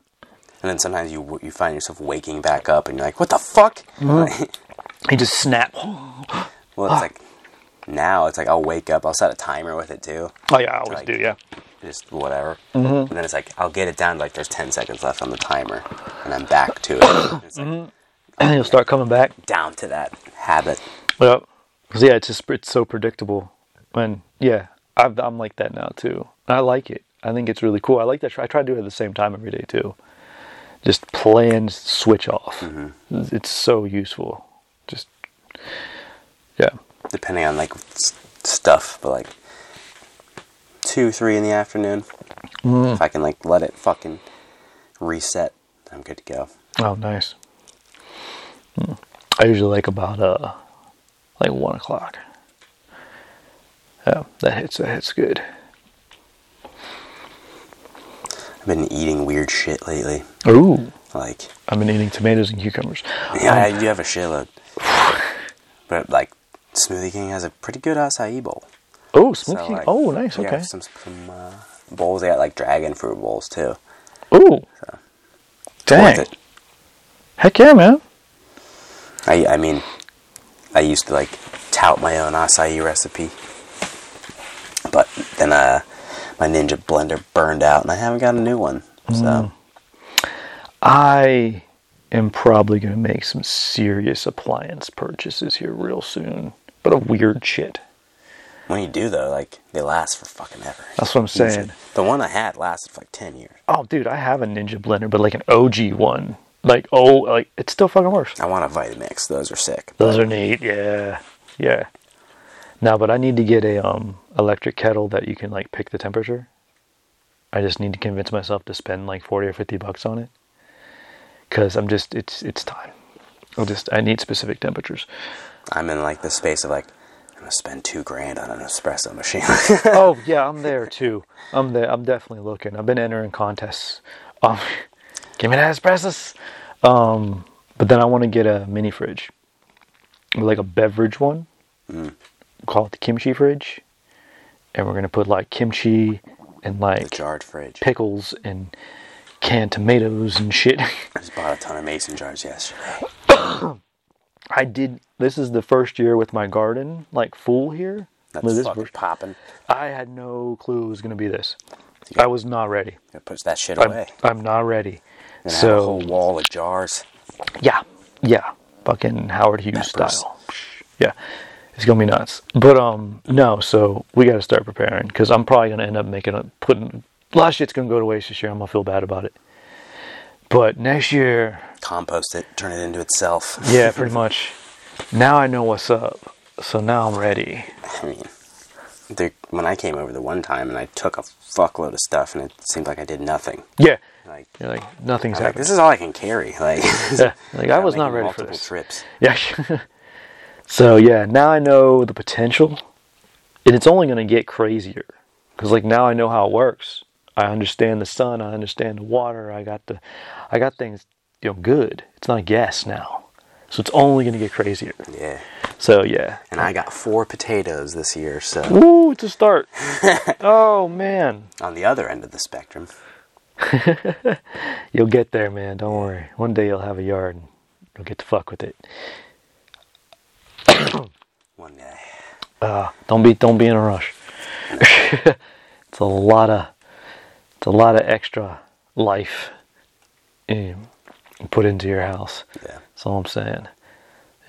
Speaker 2: And then sometimes you you find yourself waking back up and you're like, what the fuck?
Speaker 1: Mm-hmm. You just snap. Oh,
Speaker 2: well,
Speaker 1: Ah.
Speaker 2: it's like now it's like I'll wake up, I'll set a timer with it too,
Speaker 1: Oh yeah, I always
Speaker 2: Like-
Speaker 1: do. Yeah.
Speaker 2: just whatever.
Speaker 1: Mm-hmm.
Speaker 2: And then it's like I'll get it down to like there's 10 seconds left on the timer and I'm back to it. It's like
Speaker 1: And you'll start coming back.
Speaker 2: down to that habit.
Speaker 1: Yep. 'Cause, yeah, it's just it's so predictable, and yeah, I've, I'm like that now too. I like it. I think it's really cool. I like that. I try to do it at the same time every day too. Just planned switch off.
Speaker 2: Mm-hmm.
Speaker 1: It's so useful. Just yeah,
Speaker 2: depending on like s- stuff, but like two, three in the afternoon.
Speaker 1: Mm-hmm.
Speaker 2: If I can like let it fucking reset, I'm good to go.
Speaker 1: Oh, nice. Mm. I usually like about uh, like one o'clock. Yeah, that hits. That hits good.
Speaker 2: I've been eating weird shit lately.
Speaker 1: Ooh,
Speaker 2: Like,
Speaker 1: I've been eating tomatoes and cucumbers.
Speaker 2: yeah,
Speaker 1: Um,
Speaker 2: I do have a shitload, but like Smoothie King has a pretty good acai bowl.
Speaker 1: oh,
Speaker 2: So,
Speaker 1: smoking.
Speaker 2: like,
Speaker 1: oh, nice.
Speaker 2: they got
Speaker 1: Okay.
Speaker 2: Some some uh, bowls. They got like dragon fruit bowls too.
Speaker 1: Ooh. Dang.
Speaker 2: Worth it.
Speaker 1: Heck yeah, man.
Speaker 2: I I mean, I used to like tout my own acai recipe, but then uh, my ninja blender burned out, and I haven't got a new one.
Speaker 1: Mm.
Speaker 2: So
Speaker 1: I am probably going to make some serious appliance purchases here real soon, but of weird shit.
Speaker 2: when you do though, like they last for fucking ever.
Speaker 1: That's what I'm
Speaker 2: Usually.
Speaker 1: saying.
Speaker 2: The one I had lasted for like ten years.
Speaker 1: Oh, dude, I have a Ninja blender, but like an OG one. Like, oh, like it still fucking works.
Speaker 2: I want a Vitamix. Those are sick.
Speaker 1: Those are neat. Yeah, yeah. No, but I need to get a um electric kettle that you can like pick the temperature. I just need to convince myself to spend like forty or fifty bucks on it, because I'm just it's it's time. I just I need specific temperatures.
Speaker 2: I'm in like the space of like I'm gonna spend two grand on an espresso machine.
Speaker 1: oh yeah, I'm there too. I'm there. I'm definitely looking. I've been entering contests. Um, give me that espressos. Um, but then I want to get a mini fridge, like a beverage one. Call it the kimchi fridge, and we're gonna put like kimchi and
Speaker 2: the
Speaker 1: like
Speaker 2: jarred fridge.
Speaker 1: pickles and canned tomatoes and shit.
Speaker 2: I just bought a ton of mason jars yesterday.
Speaker 1: I did. This is the first year with my garden like full here. Well,
Speaker 2: That's
Speaker 1: this
Speaker 2: fucking
Speaker 1: first-
Speaker 2: popping.
Speaker 1: I had no clue it was gonna be this. I was not ready.
Speaker 2: Gonna Push that shit
Speaker 1: I'm,
Speaker 2: away.
Speaker 1: I'm not ready.
Speaker 2: And have a
Speaker 1: So-
Speaker 2: whole wall of jars.
Speaker 1: Yeah, yeah, fucking Howard Hughes
Speaker 2: Peppers.
Speaker 1: style. Yeah, it's gonna be nuts. But um, no, so we got to start preparing because I'm probably gonna end up making a putting a lot of shit's gonna go to waste this year. I'm gonna feel bad about it. But next year,
Speaker 2: Compost it, turn it into itself.
Speaker 1: yeah, pretty much. Now I know what's up, so now I'm ready.
Speaker 2: I mean, there, when I came over the one time and I took a fuckload of stuff and it seemed like I did nothing.
Speaker 1: Yeah,
Speaker 2: Like,
Speaker 1: you're like nothing's
Speaker 2: I'm like,
Speaker 1: happening.
Speaker 2: this is all I can carry. Like,
Speaker 1: Yeah, like I was not
Speaker 2: making
Speaker 1: ready for
Speaker 2: multiple
Speaker 1: this.
Speaker 2: trips.
Speaker 1: Yeah. so yeah, now I know the potential, and it's only going to get crazier because like now I know how it works. I understand the sun. I understand the water. I got the, I got things you know good. It's not a guess now, so it's only going to get crazier.
Speaker 2: Yeah.
Speaker 1: So yeah.
Speaker 2: And I got four potatoes this year, so
Speaker 1: Woo, it's a start. oh man,
Speaker 2: on the other end of the spectrum.
Speaker 1: you'll get there, man. Don't worry. One day you'll have a yard and you'll get to fuck with it.
Speaker 2: One day.
Speaker 1: Don't be don't be in a rush. it's a lot of it's a lot of extra life you put into your house.
Speaker 2: Yeah.
Speaker 1: That's all I'm saying.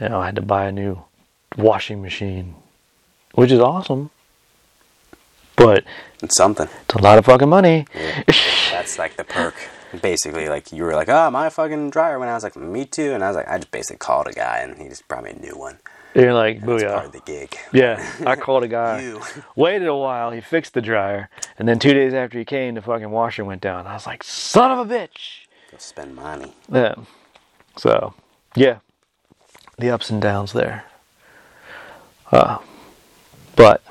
Speaker 1: You know, I had to buy a new washing machine, which is awesome, but
Speaker 2: It's something.
Speaker 1: it's a lot of fucking money.
Speaker 2: Yeah. That's like the perk. Basically, like you were like, oh, my fucking dryer went out. I was like, me too. And I was like, I just basically called a guy and he just brought me a new one.
Speaker 1: You're like,
Speaker 2: It's part of
Speaker 1: booyah.
Speaker 2: the gig.
Speaker 1: Yeah, I called a guy,
Speaker 2: You.
Speaker 1: waited a while, he fixed the dryer, and then two days after he came, the fucking washer went down. I was like, son of a bitch!
Speaker 2: Go spend money.
Speaker 1: Yeah. So, yeah, the ups and downs there. Uh, but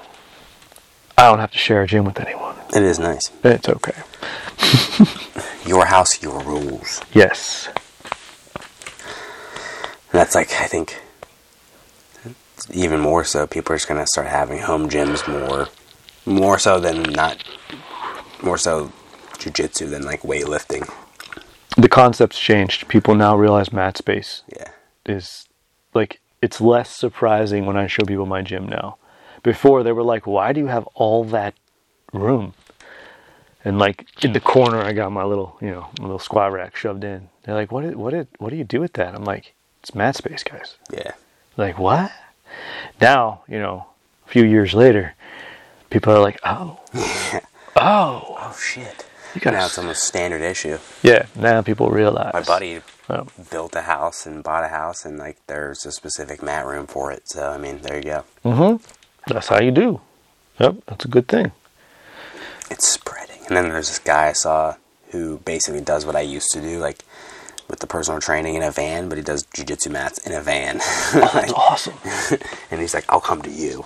Speaker 1: I don't have to share a gym with anyone.
Speaker 2: It is nice.
Speaker 1: It's okay.
Speaker 2: Your house, your rules.
Speaker 1: Yes.
Speaker 2: And that's like I think even more so people are just gonna start having home gyms more more so than not more so jujitsu than like weightlifting.
Speaker 1: The concept's changed. People now realize mat space
Speaker 2: Yeah.
Speaker 1: is like, it's less surprising when I show people my gym now. Before, they were like, why do you have all that room? And like in the corner, I got my little, you know, my little squat rack shoved in. They're like, what, what, did, what do you do with that? I'm like, it's mat space, guys.
Speaker 2: Yeah.
Speaker 1: like what now you know a few years later people are like oh oh
Speaker 2: Oh shit.
Speaker 1: You gotta
Speaker 2: now
Speaker 1: s-
Speaker 2: it's almost standard issue.
Speaker 1: yeah now people realize
Speaker 2: My buddy
Speaker 1: oh,
Speaker 2: built a house and bought a house and like there's a specific mat room for it. So I mean there you go.
Speaker 1: Mm-hmm. that's how you do yep that's a good thing
Speaker 2: it's spreading. And then there's this guy I saw who basically does what I used to do, like with the personal training in a van, but he does jujitsu mats in a van.
Speaker 1: Oh, that's awesome
Speaker 2: and he's like, I'll come to you.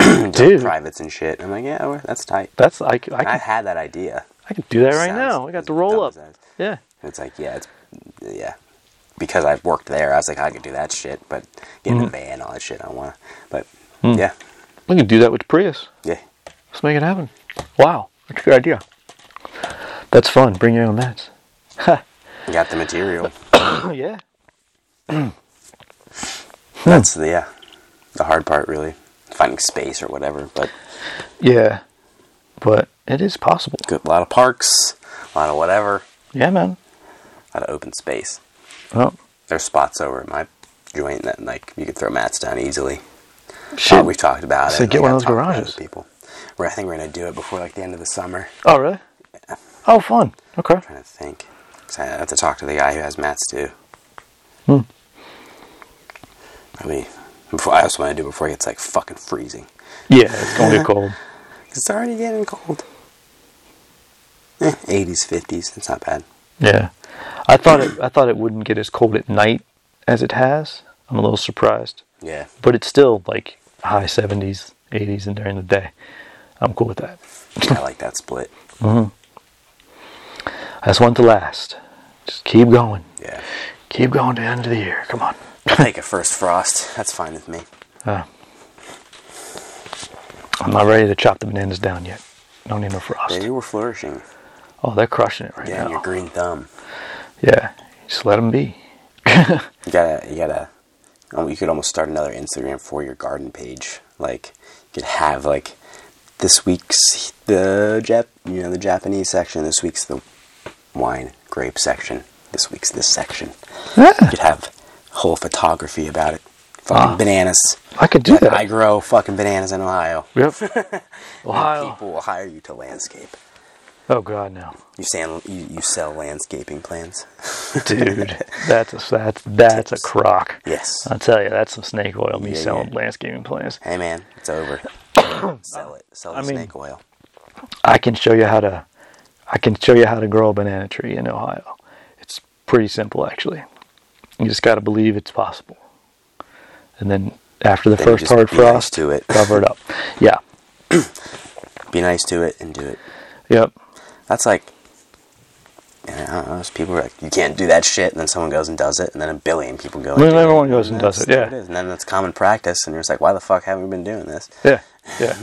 Speaker 1: dude
Speaker 2: Privates and shit. And I'm like, yeah, well, that's tight.
Speaker 1: that's i, c- I,
Speaker 2: I've
Speaker 1: can,
Speaker 2: had that idea.
Speaker 1: I can do that right
Speaker 2: Sounds
Speaker 1: now i got the
Speaker 2: as
Speaker 1: roll
Speaker 2: dumb
Speaker 1: up
Speaker 2: as that.
Speaker 1: yeah
Speaker 2: And it's like, yeah, it's, yeah. Because I've worked there, I was like, I could do that shit, but get
Speaker 1: Mm-hmm.
Speaker 2: in a van, all that shit, I don't want to. But
Speaker 1: Hmm.
Speaker 2: yeah,
Speaker 1: we can do that with prius
Speaker 2: yeah.
Speaker 1: let's make it happen wow that's a good idea that's fun bring your own mats
Speaker 2: Got the material.
Speaker 1: yeah
Speaker 2: That's the, yeah, the hard part, really. Finding space or whatever, but
Speaker 1: yeah but it is possible
Speaker 2: good, a lot of parks, a lot of whatever,
Speaker 1: yeah man
Speaker 2: a lot of open space.
Speaker 1: oh
Speaker 2: There's spots over at my joint that like you could throw mats down easily.
Speaker 1: shit
Speaker 2: Uh, we've talked about
Speaker 1: So
Speaker 2: it.
Speaker 1: get one
Speaker 2: like, I've
Speaker 1: of those
Speaker 2: talked to other
Speaker 1: garages.
Speaker 2: People, where I think we're gonna do it before like the end of the summer.
Speaker 1: Oh, really? Oh, fun. Okay.
Speaker 2: I'm trying to think. 'Cause I have to talk to the guy who has mats too.
Speaker 1: Hmm.
Speaker 2: I mean, before I also want to do it before it gets like fucking freezing.
Speaker 1: Yeah, it's gonna get cold.
Speaker 2: 'Cause It's already getting cold. Eh, 80s, 50s. That's not bad.
Speaker 1: Yeah, I thought it. I thought it wouldn't get as cold at night as it has. I'm a little surprised,
Speaker 2: Yeah.
Speaker 1: but it's still like high 70s, 80s, and during the day. I'm cool with that.
Speaker 2: I like that split.
Speaker 1: I just want it to last. Just keep going.
Speaker 2: Yeah.
Speaker 1: Keep going to the end of the year. Come on.
Speaker 2: I'll take a first frost. That's fine with me.
Speaker 1: Uh, I'm not ready to chop the bananas down yet. Don't need no frost.
Speaker 2: Baby, we're flourishing.
Speaker 1: Oh, they're crushing it right
Speaker 2: Yeah, your
Speaker 1: now.
Speaker 2: green thumb.
Speaker 1: Yeah, just let them be.
Speaker 2: You gotta, you gotta. oh, You could almost start another Instagram for your garden page. Like you could have like this week's the Jap, you know, the Japanese section. This week's the wine grape section. This week's this section.
Speaker 1: Yeah,
Speaker 2: You'd have whole photography about it. Fucking
Speaker 1: Ah.
Speaker 2: bananas.
Speaker 1: I could do that.
Speaker 2: I grow fucking bananas in Ohio.
Speaker 1: Yep.
Speaker 2: And
Speaker 1: Wow.
Speaker 2: People will hire you to landscape.
Speaker 1: Oh God, no,
Speaker 2: You sell you, you sell landscaping plans.
Speaker 1: dude, Uh, that's a, that's that's a crock.
Speaker 2: Yes.
Speaker 1: I tell you, that's some snake oil. Me
Speaker 2: Yeah,
Speaker 1: selling
Speaker 2: yeah.
Speaker 1: landscaping plans.
Speaker 2: Hey man, it's over. sell it. Sell the
Speaker 1: I mean-
Speaker 2: snake oil.
Speaker 1: I can show you how to I can show you how to grow a banana tree in Ohio. It's pretty simple actually. You just got to believe it's possible. And then after the
Speaker 2: Then you
Speaker 1: first
Speaker 2: just
Speaker 1: hard
Speaker 2: be nice
Speaker 1: frost,
Speaker 2: to it.
Speaker 1: cover it up. Yeah.
Speaker 2: Be nice to it and do it.
Speaker 1: Yep.
Speaker 2: That's like I don't know, those people are like, you can't do that shit, and then someone goes and does it, and then a billion people go. And
Speaker 1: Then
Speaker 2: do it.
Speaker 1: everyone goes and does
Speaker 2: that's-
Speaker 1: it, yeah.
Speaker 2: there is. And then it's common practice, and you're just like, why the fuck haven't we been doing this?
Speaker 1: Yeah. Yeah.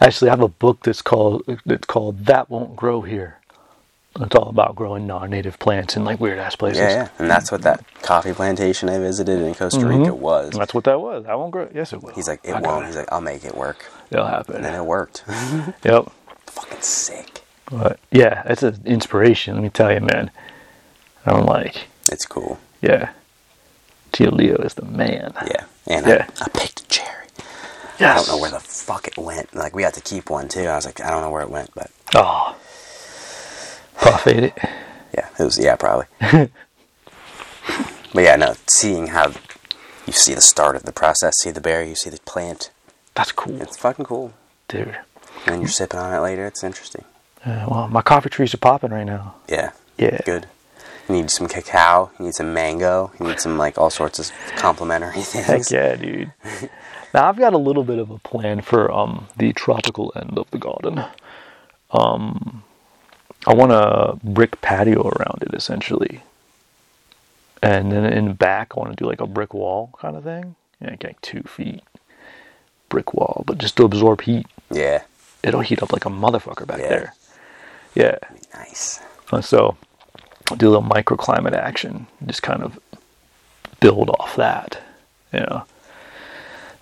Speaker 1: Actually, I have a book that's called that's called That Won't Grow Here. It's all about growing non-native plants in like weird ass places.
Speaker 2: Yeah, yeah. And that's what that coffee plantation I visited in Costa Rica was.
Speaker 1: Mm-hmm. That's what that was. I won't grow. Yes, it will.
Speaker 2: He's like, it
Speaker 1: I got
Speaker 2: won't. He's like, I'll make it work.
Speaker 1: It'll
Speaker 2: And then
Speaker 1: happen.
Speaker 2: it worked.
Speaker 1: Yep.
Speaker 2: Fucking sick.
Speaker 1: But yeah, it's an inspiration. Let me tell you, man. I'm like,
Speaker 2: It's cool.
Speaker 1: yeah, Tia Leo is the man.
Speaker 2: Yeah. And
Speaker 1: Yeah.
Speaker 2: I, I picked a cherry. I
Speaker 1: Yes.
Speaker 2: don't know where the fuck it went. Like, we had to keep one, too. I was like, I don't know where it went, but
Speaker 1: Oh, puff ate it.
Speaker 2: yeah, it was, yeah, probably. but yeah, no, seeing how you see the start of the process, see the berry, you see the plant.
Speaker 1: That's cool,
Speaker 2: It's fucking cool.
Speaker 1: dude.
Speaker 2: And then you're sipping on it later. It's interesting.
Speaker 1: Uh, well, my coffee trees are popping right now.
Speaker 2: Yeah.
Speaker 1: Yeah.
Speaker 2: Good. You need some cacao. You need some mango. You need some like all sorts of complimentary things.
Speaker 1: Heck yeah, dude. now I've got a little bit of a plan for um the tropical end of the garden. Um, I want a brick patio around it essentially, and then in back I want to do like a brick wall kind of thing, like, like two feet brick wall, but just to absorb heat.
Speaker 2: Yeah.
Speaker 1: It'll heat up like a motherfucker back
Speaker 2: Yeah.
Speaker 1: there. Yeah.
Speaker 2: Nice.
Speaker 1: And so do a little microclimate action, just kind of build off that, you know.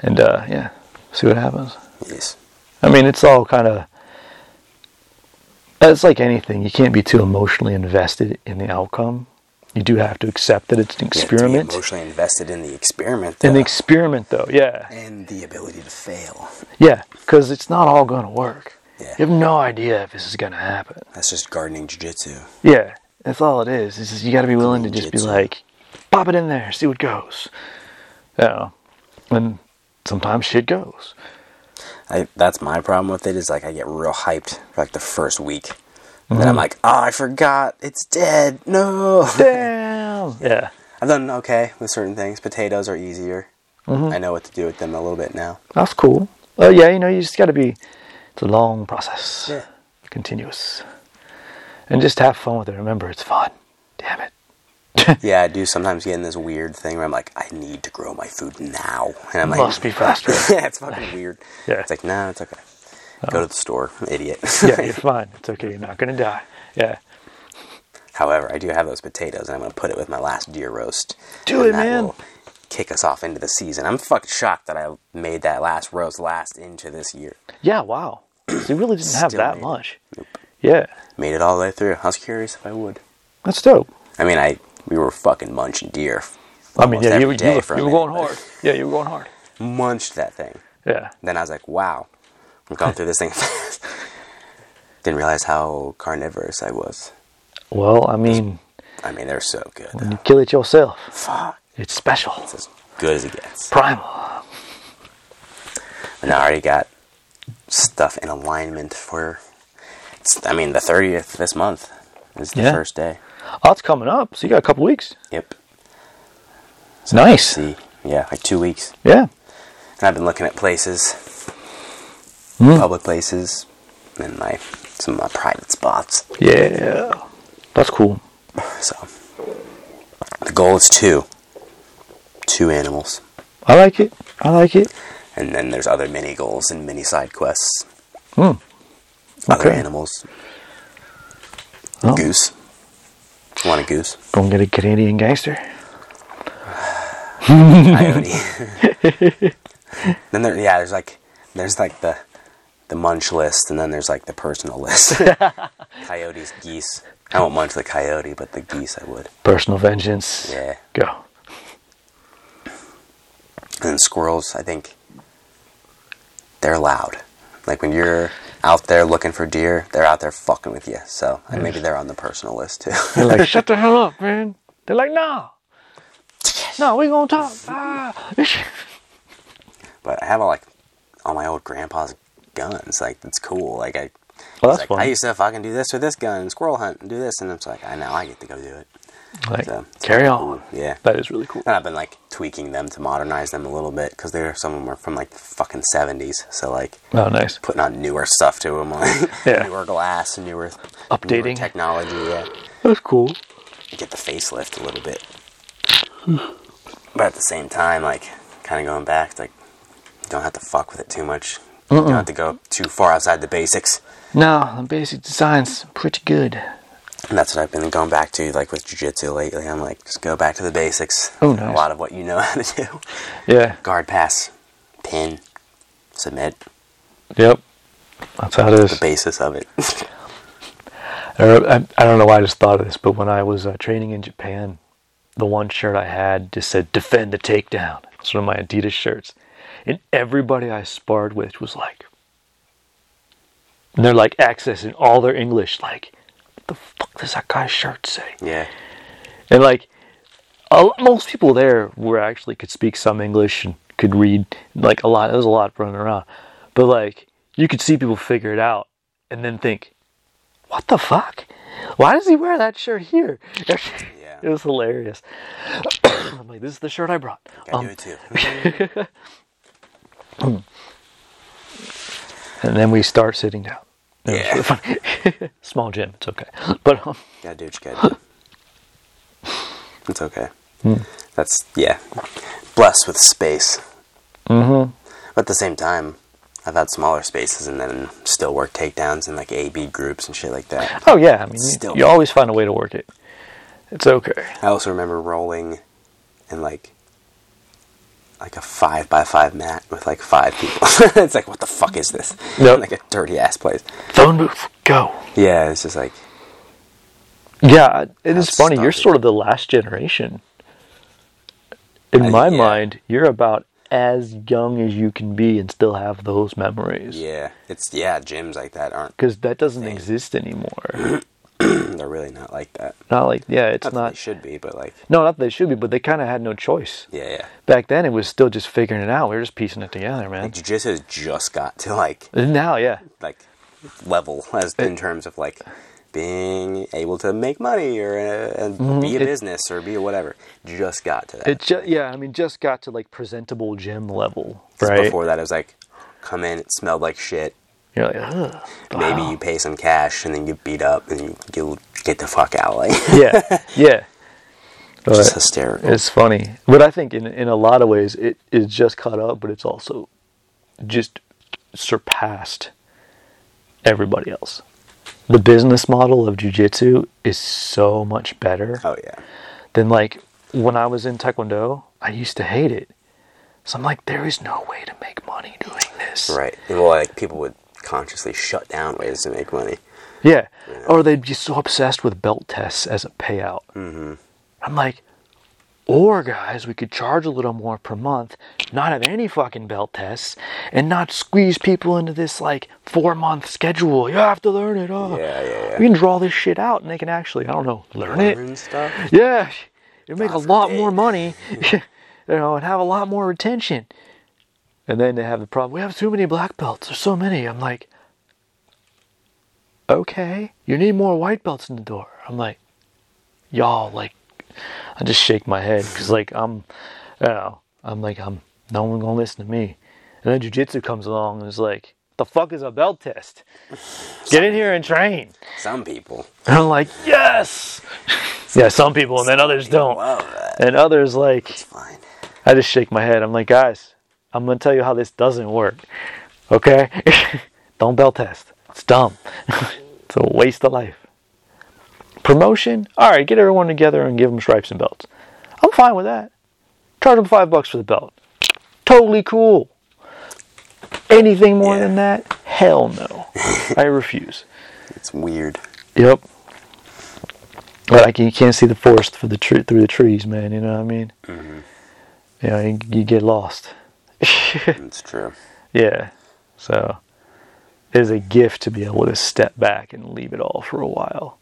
Speaker 1: And uh, yeah, see what happens.
Speaker 2: Yes.
Speaker 1: I mean, it's all kind of it's like anything. You can't be too emotionally invested in the outcome. You do have to accept that it's an
Speaker 2: You have to be
Speaker 1: experiment.
Speaker 2: emotionally invested in the experiment.
Speaker 1: An
Speaker 2: though,
Speaker 1: experiment, though, yeah,
Speaker 2: and the ability to fail.
Speaker 1: yeah, because it's not all going to work.
Speaker 2: Yeah.
Speaker 1: You have no idea if this is going to happen.
Speaker 2: That's just gardening jujitsu.
Speaker 1: Yeah, that's all it is. Is just you got to be willing to just be
Speaker 2: Ninjutsu.
Speaker 1: like, pop it in there, see what goes. You know, and sometimes shit goes.
Speaker 2: I, that's my problem with it. Is like I get real hyped for like the first week, and
Speaker 1: Mm-hmm.
Speaker 2: then I'm like, oh, I forgot. It's dead. No.
Speaker 1: Damn. Yeah.
Speaker 2: I've done okay with certain things. Potatoes are easier.
Speaker 1: Mm-hmm.
Speaker 2: I know what to do with them a little bit now.
Speaker 1: That's cool. Oh yeah, you know, you just got to be. It's a long process.
Speaker 2: Yeah.
Speaker 1: Continuous. And just have fun with it. Remember, it's fun. Damn it.
Speaker 2: Yeah, I do sometimes get in this weird thing where I'm like, I need to grow my food now, and I'm like,
Speaker 1: Must be faster.
Speaker 2: yeah, it's fucking weird.
Speaker 1: Yeah. Oh.
Speaker 2: It's like, no, it's okay. Go to the store, idiot.
Speaker 1: yeah, you're fine. It's okay. You're not gonna die. Yeah.
Speaker 2: However, I do have those potatoes, and I'm going to put it with my last deer roast.
Speaker 1: Do
Speaker 2: and
Speaker 1: it, man.
Speaker 2: kick us off into the season. I'm fucking shocked that I made that last roast last into this year.
Speaker 1: Yeah. Wow. So you really didn't have
Speaker 2: Still
Speaker 1: that
Speaker 2: made it.
Speaker 1: much. Yeah.
Speaker 2: Made it all the way through. I was curious if I would.
Speaker 1: That's dope.
Speaker 2: I mean, I we were fucking munching deer.
Speaker 1: I mean,
Speaker 2: almost
Speaker 1: yeah,
Speaker 2: every
Speaker 1: you, were- you,
Speaker 2: day
Speaker 1: were-
Speaker 2: for a
Speaker 1: you were
Speaker 2: minute,
Speaker 1: going
Speaker 2: but
Speaker 1: hard. Yeah, you were going hard.
Speaker 2: Munched that thing.
Speaker 1: Yeah.
Speaker 2: Then I was like, wow, I'm going through this thing fast. Didn't realize how carnivorous I was.
Speaker 1: Well, I mean,
Speaker 2: I mean, they're so good.
Speaker 1: when you kill it yourself,
Speaker 2: Fuck.
Speaker 1: it's special.
Speaker 2: It's as good as it gets.
Speaker 1: Primal.
Speaker 2: And I already got stuff in alignment for. It's, I mean, the thirtieth this month is the
Speaker 1: Yeah.
Speaker 2: first day.
Speaker 1: Oh, it's coming up. So you got a couple weeks.
Speaker 2: Yep.
Speaker 1: It's nice.
Speaker 2: See, yeah, like two weeks.
Speaker 1: Yeah.
Speaker 2: And I've been looking at places,
Speaker 1: Hmm.
Speaker 2: public places, and my some of my private spots.
Speaker 1: Yeah. That's cool.
Speaker 2: So the goal is two, two animals,
Speaker 1: I like it. I like it.
Speaker 2: and then there's other mini goals and mini side quests.
Speaker 1: Hmm.
Speaker 2: Other
Speaker 1: Okay.
Speaker 2: animals,
Speaker 1: Oh,
Speaker 2: goose. Want a goose?
Speaker 1: Gonna get a Canadian gangster.
Speaker 2: Coyote. then there, yeah, there's like, there's like the, the munch list, and then there's like the personal list. Coyotes, geese, I won't munch the coyote, but the geese I would.
Speaker 1: Personal vengeance.
Speaker 2: Yeah.
Speaker 1: Go.
Speaker 2: And then squirrels, I think they're loud. Like when you're out there looking for deer, they're out there fucking with you. So and maybe they're on the personal list too.
Speaker 1: They're like, shut the hell up, man. They're like, nah. No, we gonna talk. Ah.
Speaker 2: but I have all like all my old grandpa's guns. Like it's cool. Like
Speaker 1: Well,
Speaker 2: I, he's
Speaker 1: Oh, that's
Speaker 2: like, I
Speaker 1: fun.
Speaker 2: used to fucking do this or this gun, and squirrel hunt, and do this, and it's like I know I get to go do it.
Speaker 1: Like,
Speaker 2: So,
Speaker 1: carry on.
Speaker 2: Yeah.
Speaker 1: That is really cool.
Speaker 2: And I've been like tweaking them to modernize them a little bit because they're some of them are from like the fucking seventies. So like
Speaker 1: Oh, nice.
Speaker 2: putting on newer stuff to them, like
Speaker 1: Yeah.
Speaker 2: newer glass, newer newer
Speaker 1: Updating.
Speaker 2: technology. Yeah,
Speaker 1: That's cool.
Speaker 2: get the facelift a little bit. but at the same time, like kind of going back, like you don't have to fuck with it too much. You don't have to go too far outside the basics.
Speaker 1: No, the basic design's pretty good.
Speaker 2: And that's what I've been going back to, like with jujitsu lately. I'm like, just go back to the basics.
Speaker 1: Oh,
Speaker 2: A
Speaker 1: nice.
Speaker 2: lot of what you know how to do.
Speaker 1: Yeah.
Speaker 2: guard pass, pin, submit,
Speaker 1: Yep. That's how it
Speaker 2: the
Speaker 1: is.
Speaker 2: basis of it.
Speaker 1: Or, I, I don't know why I just thought of this, but when I was uh, training in Japan, the one shirt I had just said "Defend the Takedown." It's one of my Adidas shirts, and everybody I sparred with was like, and they're like accessing all their English, like, "What the fuck does that guy's shirt say?"
Speaker 2: yeah.
Speaker 1: And like, a, most people there were actually could speak some English and could read like a lot. There was a lot running around, but like you could see people figure it out and then think, "What the fuck? Why does he wear that shirt here?"
Speaker 2: Yeah.
Speaker 1: it was hilarious. I'm like, "This is the shirt I brought."
Speaker 2: I
Speaker 1: Um,
Speaker 2: do it too.
Speaker 1: and then we start sitting down. It was
Speaker 2: Yeah.
Speaker 1: really funny. Small gym, it's okay. But um,
Speaker 2: gotta do what you gotta do. It's okay.
Speaker 1: Hmm.
Speaker 2: That's, yeah. Blessed with space. Mm-hmm. But at the same time, I've had smaller spaces and then still work takedowns and like A B groups and shit like that.
Speaker 1: oh yeah, I mean, you-
Speaker 2: Still.
Speaker 1: you always find a way to work it. It's okay.
Speaker 2: I also remember rolling in like like a five by five mat with like five people. it's like what the fuck is this?
Speaker 1: Yep.
Speaker 2: Like a dirty ass place.
Speaker 1: Phone booth, go.
Speaker 2: Yeah, it's just like
Speaker 1: Yeah, it is
Speaker 2: That's
Speaker 1: funny. You're
Speaker 2: started.
Speaker 1: sort of the last generation. In
Speaker 2: I-
Speaker 1: my
Speaker 2: Uh, yeah.
Speaker 1: mind, you're about as young as you can be and still have those memories.
Speaker 2: Yeah, it's yeah. Gyms like that aren't
Speaker 1: Because that doesn't exist anymore.
Speaker 2: they're really not like that.
Speaker 1: not like, yeah, it's
Speaker 2: Not, that
Speaker 1: not.
Speaker 2: they should be, but like
Speaker 1: no, not that they should be, but they kind of had no choice.
Speaker 2: yeah, yeah.
Speaker 1: Back then, it was still just figuring it out. We were just piecing it together, man.
Speaker 2: Like jujitsu has just got to like
Speaker 1: Now, yeah.
Speaker 2: like level as in terms of like being able to make money or uh, and be a
Speaker 1: Mm-hmm. It-
Speaker 2: business or be a whatever. Just got to that.
Speaker 1: It ju- yeah, I mean, just got to like presentable gym level,
Speaker 2: 'Cause
Speaker 1: right?
Speaker 2: Before that, it was like come in, it smelled like shit.
Speaker 1: You're like, Ugh,
Speaker 2: Maybe
Speaker 1: Ah.
Speaker 2: you pay some cash and then you beat up and you you get the fuck out. Like
Speaker 1: yeah, yeah.
Speaker 2: just
Speaker 1: But-
Speaker 2: hysterical.
Speaker 1: It's funny, but I think in in a lot of ways it is just caught up, but it's also just surpassed everybody else. The business model of jujitsu is so much better
Speaker 2: Oh yeah,
Speaker 1: than like when I was in taekwondo. I used to hate it, so I'm like, there is no way to make money doing this.
Speaker 2: right. Well, like people would consciously shut down ways to make money.
Speaker 1: Yeah. Or they'd be so obsessed with belt tests as a payout. I'm like, or guys, we could charge a little more per month, not have any fucking belt tests, and not squeeze people into this like four month schedule. You have to learn it. Oh.
Speaker 2: Yeah, yeah, yeah.
Speaker 1: We can draw this shit out and they can actually, I don't know, learn it.
Speaker 2: and stuff.
Speaker 1: Yeah. It'd make a
Speaker 2: Profit
Speaker 1: lot
Speaker 2: day.
Speaker 1: more money, you know, and have a lot more retention. And then they have the problem we have too many black belts. There's so many. I'm like, okay, you need more white belts in the door. I'm like, y'all, like, I just shake my head because, like, I'm, you know, I'm like, I'm no one gonna listen to me. And then jujitsu comes along and is like, the fuck is a belt test? Get in here and train.
Speaker 2: Some people
Speaker 1: And I'm like, yes. Yeah, some people, and then others don't.
Speaker 2: love that.
Speaker 1: And others like,
Speaker 2: Fine.
Speaker 1: I just shake my head. I'm like, guys, I'm gonna tell you how this doesn't work. Okay? Don't bell test. It's dumb. it's a waste of life. Promotion? All right, get everyone together and give them stripes and belts. I'm fine with that. Charge them five bucks for the belt. Totally cool. Anything more
Speaker 2: Yeah.
Speaker 1: than that? Hell no. I refuse.
Speaker 2: It's weird.
Speaker 1: Yep. But I can, you can't see the forest for the tree through the trees, man. You know what I mean? You know, you, you get lost.
Speaker 2: It's true.
Speaker 1: Yeah. So it is a gift to be able to step back and leave it all for a while.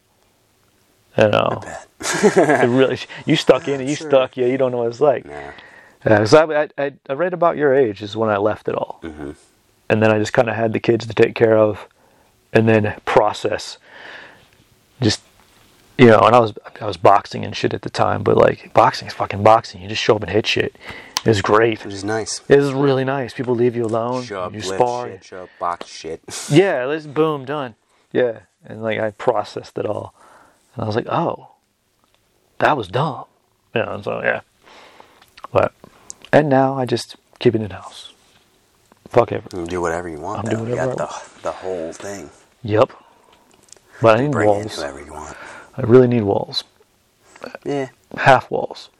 Speaker 1: You know, it really you stuck in it. You
Speaker 2: Sure.
Speaker 1: stuck. Yeah, you don't know what it's like.
Speaker 2: Yeah.
Speaker 1: Yeah, so I, I, I read about your age is when I left it all, mm-hmm. and then I just kind of had the kids to take care of, and then process. Just you know, and I was I was boxing and shit at the time, but like boxing is fucking boxing. You just show up and hit shit. It's great.
Speaker 2: Which is nice.
Speaker 1: It was really nice. People leave you alone.
Speaker 2: Show up,
Speaker 1: you
Speaker 2: lift
Speaker 1: spar.
Speaker 2: shit, show up, box shit.
Speaker 1: Yeah, let's boom done. Yeah, and like I processed it all, and I was like, oh, that was dumb. You know, and so yeah, but and now I just keep it in house. Fuck everything.
Speaker 2: You do whatever you want.
Speaker 1: I'm
Speaker 2: though.
Speaker 1: doing
Speaker 2: You got
Speaker 1: whatever I
Speaker 2: the, the whole thing.
Speaker 1: Yep. But I need
Speaker 2: Bring in
Speaker 1: walls.
Speaker 2: whoever you want.
Speaker 1: I really need walls.
Speaker 2: Yeah.
Speaker 1: Half walls,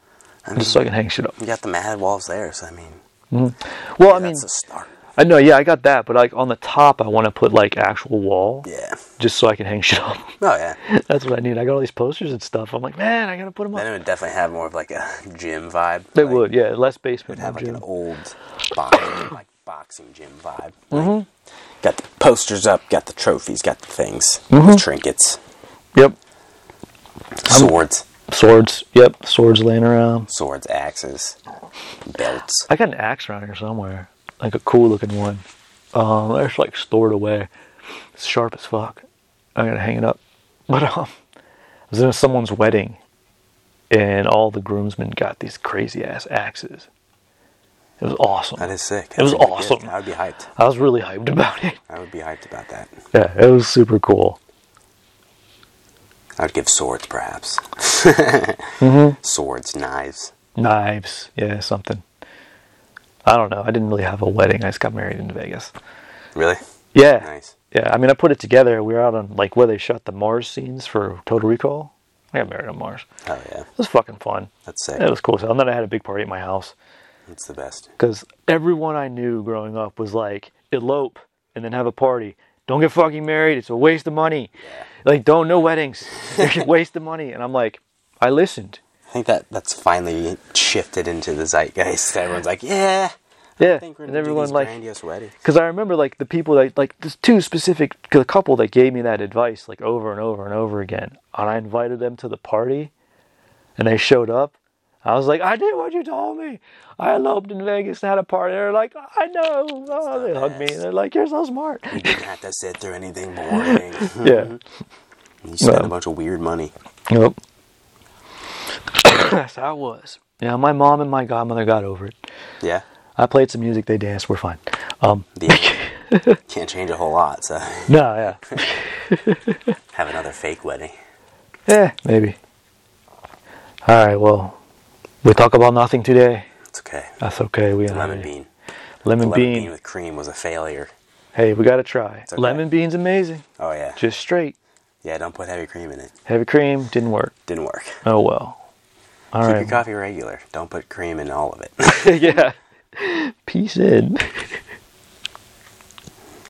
Speaker 2: I mean,
Speaker 1: just so I can hang shit up.
Speaker 2: you got the mad walls there, so I mean,
Speaker 1: Well, I mean,
Speaker 2: that's a start.
Speaker 1: I know. Yeah, I got that. But like on the top, I want to put like actual wall,
Speaker 2: Yeah.
Speaker 1: just so I can hang shit up.
Speaker 2: Oh, yeah.
Speaker 1: That's what I need. I got all these posters and stuff. I'm like, man, I gotta put them
Speaker 2: Then
Speaker 1: up.
Speaker 2: it would definitely have more of like a gym vibe.
Speaker 1: They
Speaker 2: Like,
Speaker 1: would, yeah. Less
Speaker 2: It would
Speaker 1: basement,
Speaker 2: have
Speaker 1: more
Speaker 2: like an
Speaker 1: gym.
Speaker 2: old boxing, like boxing gym vibe. Like,
Speaker 1: Mm-hmm.
Speaker 2: got the posters up, got the trophies, got the things, the trinkets,
Speaker 1: Yep.
Speaker 2: swords,
Speaker 1: Swords. Yep. Swords laying around.
Speaker 2: swords, axes, belts.
Speaker 1: I got an axe around here somewhere. Like a cool looking one. Um, it's like stored away. It's sharp as fuck. I'm gonna hang it up. But um, I was in someone's wedding, and all the groomsmen got these crazy ass axes. It was awesome.
Speaker 2: That is sick.
Speaker 1: It was
Speaker 2: That's a good gift.
Speaker 1: awesome.
Speaker 2: I would be hyped.
Speaker 1: I was really hyped about it.
Speaker 2: I would be hyped about that.
Speaker 1: Yeah, it was super cool.
Speaker 2: I would give swords, perhaps.
Speaker 1: Mm-hmm.
Speaker 2: Swords, knives.
Speaker 1: Knives. Yeah, something. I don't know. I didn't really have a wedding. I just got married in Vegas.
Speaker 2: Really?
Speaker 1: Yeah.
Speaker 2: Nice.
Speaker 1: Yeah, I mean, I put it together. We were out on like where they shot the Mars scenes for Total Recall. I got married on Mars.
Speaker 2: Oh yeah,
Speaker 1: It was fucking fun.
Speaker 2: that's sick.
Speaker 1: It was cool. So, and then I had a big party at my house
Speaker 2: That's the best.
Speaker 1: because everyone I knew growing up was like elope and then have a party. Don't get fucking married. It's a waste of money. Like, don't no weddings. It's a waste of money. And I'm like, I listened.
Speaker 2: I think that that's finally shifted into the zeitgeist. Everyone's like, yeah.
Speaker 1: Yeah,
Speaker 2: I think we're
Speaker 1: and
Speaker 2: gonna do
Speaker 1: everyone
Speaker 2: these
Speaker 1: like
Speaker 2: grandiose weddings.
Speaker 1: because I remember like the people that like this two specific the couple that gave me that advice like over and over and over again, and I invited them to the party, and they showed up. I was like, I did what you told me. I eloped in Vegas and had a party. They're like, I know. Oh, they hugged me. They're like, you're so smart.
Speaker 2: You didn't have to sit through anything boring.
Speaker 1: Yeah.
Speaker 2: you spent
Speaker 1: Well.
Speaker 2: a bunch of weird money.
Speaker 1: Yep. That's how it was. Yeah, my mom and my godmother got over it.
Speaker 2: Yeah.
Speaker 1: I played some music. They danced. We're fine. Um,
Speaker 2: The, can't change a whole lot. So
Speaker 1: no, yeah,
Speaker 2: have another fake wedding.
Speaker 1: yeah, Eh, maybe. All right. Well, we talk about nothing today.
Speaker 2: It's okay.
Speaker 1: That's okay. We
Speaker 2: Lemon
Speaker 1: already-
Speaker 2: bean. The
Speaker 1: Lemon,
Speaker 2: lemon
Speaker 1: bean.
Speaker 2: bean with cream was a failure.
Speaker 1: Hey, we gotta try.
Speaker 2: okay.
Speaker 1: Lemon bean's amazing.
Speaker 2: Oh yeah.
Speaker 1: Just straight.
Speaker 2: Yeah. Don't put heavy cream in it.
Speaker 1: Heavy cream didn't work.
Speaker 2: Didn't work.
Speaker 1: Oh well. All
Speaker 2: Keep
Speaker 1: right.
Speaker 2: your coffee regular. Don't put cream in all of it.
Speaker 1: yeah. Peace in.